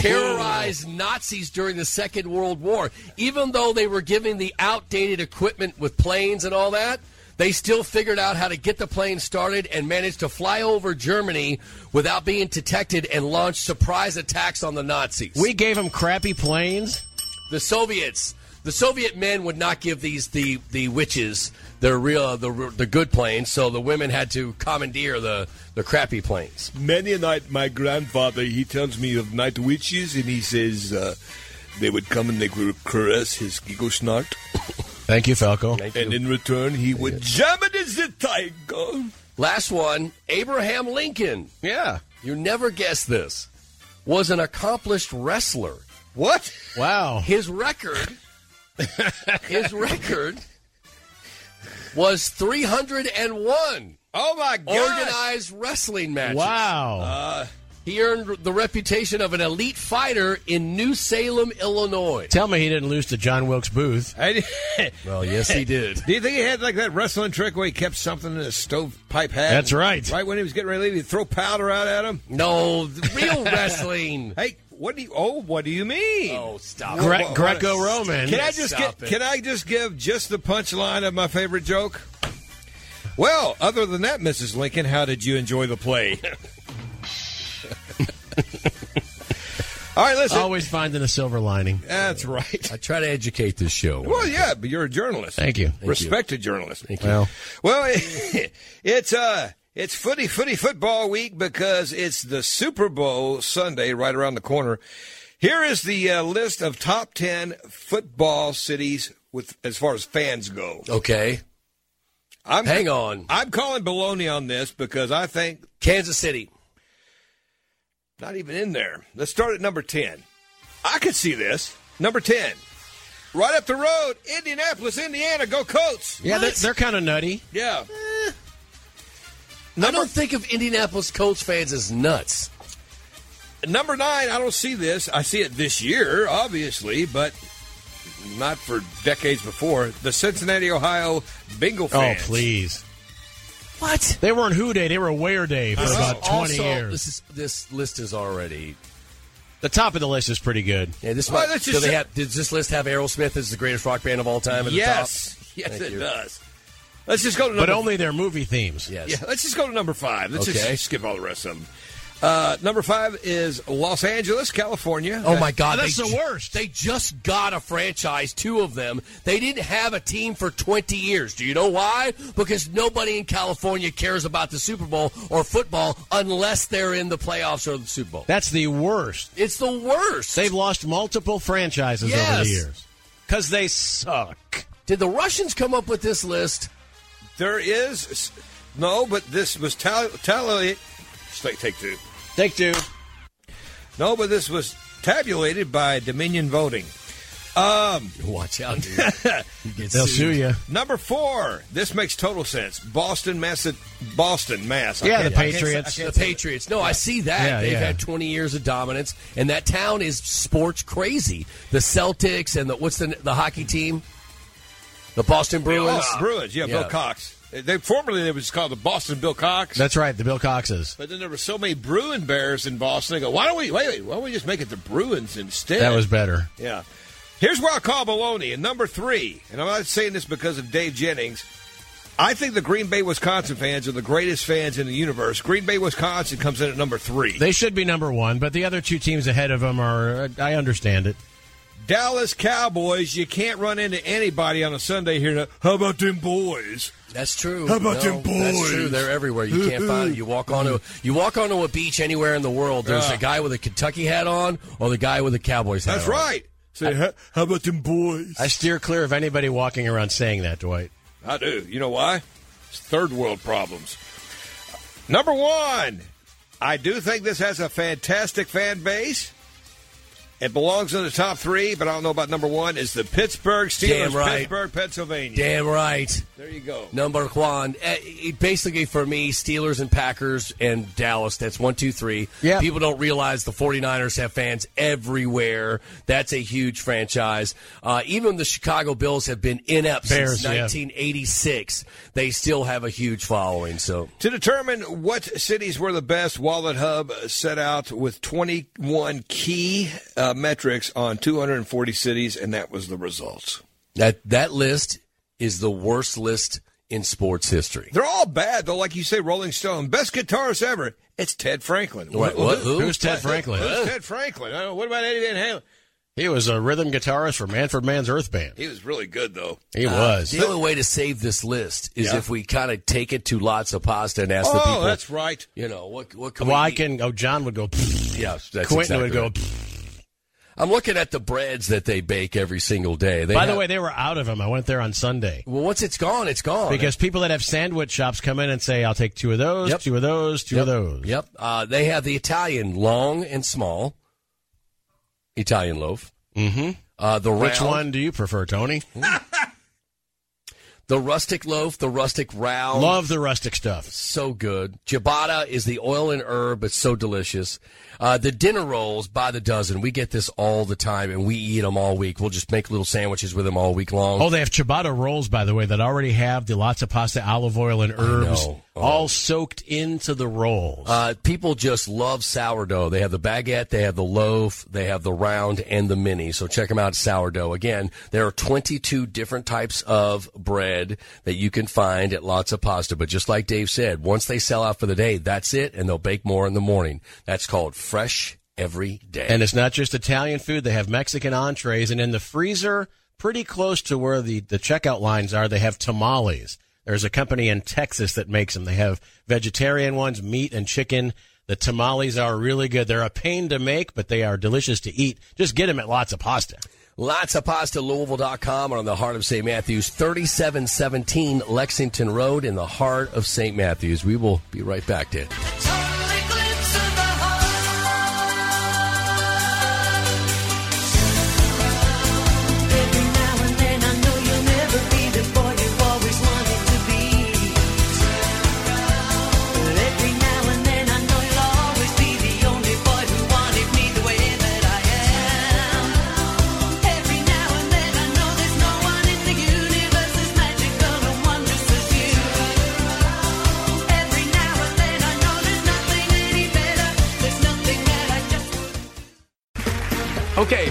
terrorized Nazis during the Second World War. Even though they were giving the outdated equipment with planes and all that, they still figured out how to get the plane started and managed to fly over Germany without being detected and launch surprise attacks on the Nazis.
We gave them crappy planes.
The Soviets, the Soviet men would not give these the the witches their real the the good planes, so the women had to commandeer the the crappy planes.
Many a night, my grandfather he tells me of night witches, and he says uh, they would come and they would caress his giggle snart,
Thank you, Falco.
and in return he would jam it as a tiger.
Last one, Abraham Lincoln.
Yeah.
You never guessed this. Was an accomplished wrestler.
What?
Wow.
His record his record was 301
Oh my God!
organized wrestling matches.
Wow.
He earned the reputation of an elite fighter in New Salem, Illinois.
Tell me he didn't lose to John Wilkes Booth.
I-
Well, Oh, yes, he did.
do you think he had like that wrestling trick where he kept something in his stovepipe hat?
That's right.
Right when he was getting ready to leave, he'd throw powder out at him.
No, real wrestling.
Hey, what do you? Oh, what do you mean?
Oh, stop.
Whoa,
Gre-
whoa,
Greco-Roman.
Can I just
Stop
get,
it.
can I just give just the punchline of my favorite joke? Well, other than that, Mrs. Lincoln, how did you enjoy the play? All right, listen.
Always finding a silver lining.
That's right.
I try to educate this show.
Well, yeah, but you're a journalist.
Thank you.
Respected journalist.
Well,
Well, it, it's uh it's footy footy football week because it's the Super Bowl Sunday right around the corner. Here is the uh, list of top 10 football cities with as far as fans go.
Okay.
I'm
Hang on.
I'm calling baloney on this because I think
Kansas City.
not even in there. Let's start at number 10. I could see this. Number 10. Right up the road, Indianapolis, Indiana, go Colts.
yeah, they're, they're kind of nutty.
Yeah.
I Eh. don't think of Indianapolis Colts fans as nuts.
Number nine, I don't see this. I see it this year, obviously, but not for decades before. The Cincinnati, Ohio Bengal
Oh,
fans.
please.
What?
They weren't Who Day. They were Where Day for about 20
also,
years.
This, is, this list is already.
The top of the list is pretty good.
Yeah, this
Well,
might,
let's
do
just
they
say-
have, does this list have Aerosmith as the greatest rock band of all time? At
Yes,
the
yes,
top?
it
Thank you.
does. Let's just go to number.
But only their movie themes.
Yes.
yeah, let's just go to number five. Let's
Okay.
just skip all the rest of them. Uh, number five is Los Angeles, California.
Oh my God!
That's
they
the
ju-
worst.
They just got a franchise, two of them. They didn't have a team for 20 years. Do you know why? Because nobody in California cares about the Super Bowl or football unless they're in the playoffs or the Super Bowl.
That's the worst.
It's the worst.
They've lost multiple franchises over
Yes.
the years because they suck.
Did the Russians come up with this list?
There is no, but this was tally. tally take, take two.
Take two.
No, but this was tabulated by Dominion Voting.
Watch out, dude. You get
They'll
sued.
sue you.
Number four. This makes total sense. Boston, Mass. Boston, Mass. I
Yeah,
can't-
the
I can't say-
Patriots.
I
The
can't say-
Patriots. No, I see that.
Yeah,
They've
yeah.
had 20 years of dominance, and that town is sports crazy. The Celtics and the what's the the hockey team? The Boston Bruins.
Bruins. Uh, Bruins. Yeah, Bill
Yeah.
Cox. They formerly it was called the Boston Bill Cox.
That's right. The Bill Coxes.
but then there were so many Bruin Bears in Boston. They go, why don't we wait? wait why don't we just make it the Bruins instead?
That was better.
yeah. Here's where I call baloney. And number three, and I'm not saying this because of Dave Jennings. I think the Green Bay, Wisconsin fans are the greatest fans in the universe. Green Bay, Wisconsin comes in at number three.
They should be number one, but the other two teams ahead of them are. uh, I understand it.
Dallas Cowboys, you can't run into anybody on a Sunday here. now, How about them boys?
That's true.
How about them
That's
boys?
true. They're everywhere. You can't find. You walk onto you walk onto a beach anywhere in the world. There's
Yeah.
a guy with a Kentucky hat on, or the guy with a Cowboys hat.
That's
on.
right. Say, how, how about them boys?
I steer clear of anybody walking around saying that, Dwight.
I do. You know why? It's third world problems. Number one, I do think this has a fantastic fan base. It belongs in the top three, but I don't know about number one. Is the Pittsburgh Steelers,
Damn right.
Pittsburgh, Pennsylvania?
Damn right.
There you go.
Number one, Eh, it- basically for me, Steelers and Packers and Dallas. That's one, two, three.
Yeah.
People don't realize the 49ers have fans everywhere. That's a huge franchise. Uh, even the Chicago Bills have been inept
Bears,
since
yeah.
1986. They still have a huge following. So
To determine what cities were the best, Wallet Hub set out with 21 key uh, metrics on 240 cities, and that was the results.
that that list is the worst list in sports history.
They're all bad, though. Like you say, Rolling Stone, best guitarist ever. It's Ted Franklin.
What- what- who?
Who's Ted Franklin?
Who's Ted Franklin? I don't know. What about Eddie Van Halen?
He was a rhythm guitarist for Manford Man's Earth Band.
He was really good, though.
He
Uh,
was.
The only way to save this list is
Yeah.
if we kind of take it to lots of pasta and ask the
oh,
people.
that's right.
You know what? What can
Well,
we
I
eat?
can. Oh, John would go. "Pfft."
Yes, that's
Quentin
exactly
would go.
right.
"Pfft."
I'm looking at the breads that they bake every single day. They
By
have-
the way, they were out of him. I went there on Sunday
well, once it's gone, it's gone.
because people that have sandwich shops come in and say, "I'll take two of those,
Yep.
two of those, two
yep.
of those."
Yep. Uh, they have the Italian long and small Italian loaf.
Mm-hmm.
Uh, the
Which
round,
one do you prefer, Tony?
The rustic loaf, the rustic round.
Love the rustic stuff.
So good. Ciabatta is the oil and herb. It's so delicious. Uh, the dinner rolls by the dozen. We get this all the time, and we eat them all week. We'll just make little sandwiches with them all week long.
Oh, they have ciabatta rolls, by the way, that already have the lots of pasta, olive oil, and herbs
know. Oh.
all soaked into the rolls.
Uh, people just love sourdough. They have the baguette, they have the loaf, they have the round and the mini. So check them out, sourdough. Again, there are 22 different types of bread that you can find at Lots of Pasta. But just like Dave said, once they sell out for the day, that's it, and they'll bake more in the morning. That's called fresh every day.
and it's not just Italian food; they have Mexican entrees, and in the freezer, pretty close to where the the checkout lines are, they have tamales. There's a company in Texas that makes them. They have vegetarian ones, meat and chicken. The tamales are really good. They're a pain to make, but they are delicious to eat. Just get them at lots of pasta.
Lots of pasta, Louisville.com, or on the heart of St. Matthews, 3717 Lexington Road in the heart of St. Matthews. We will be right back, Dan.
Okay,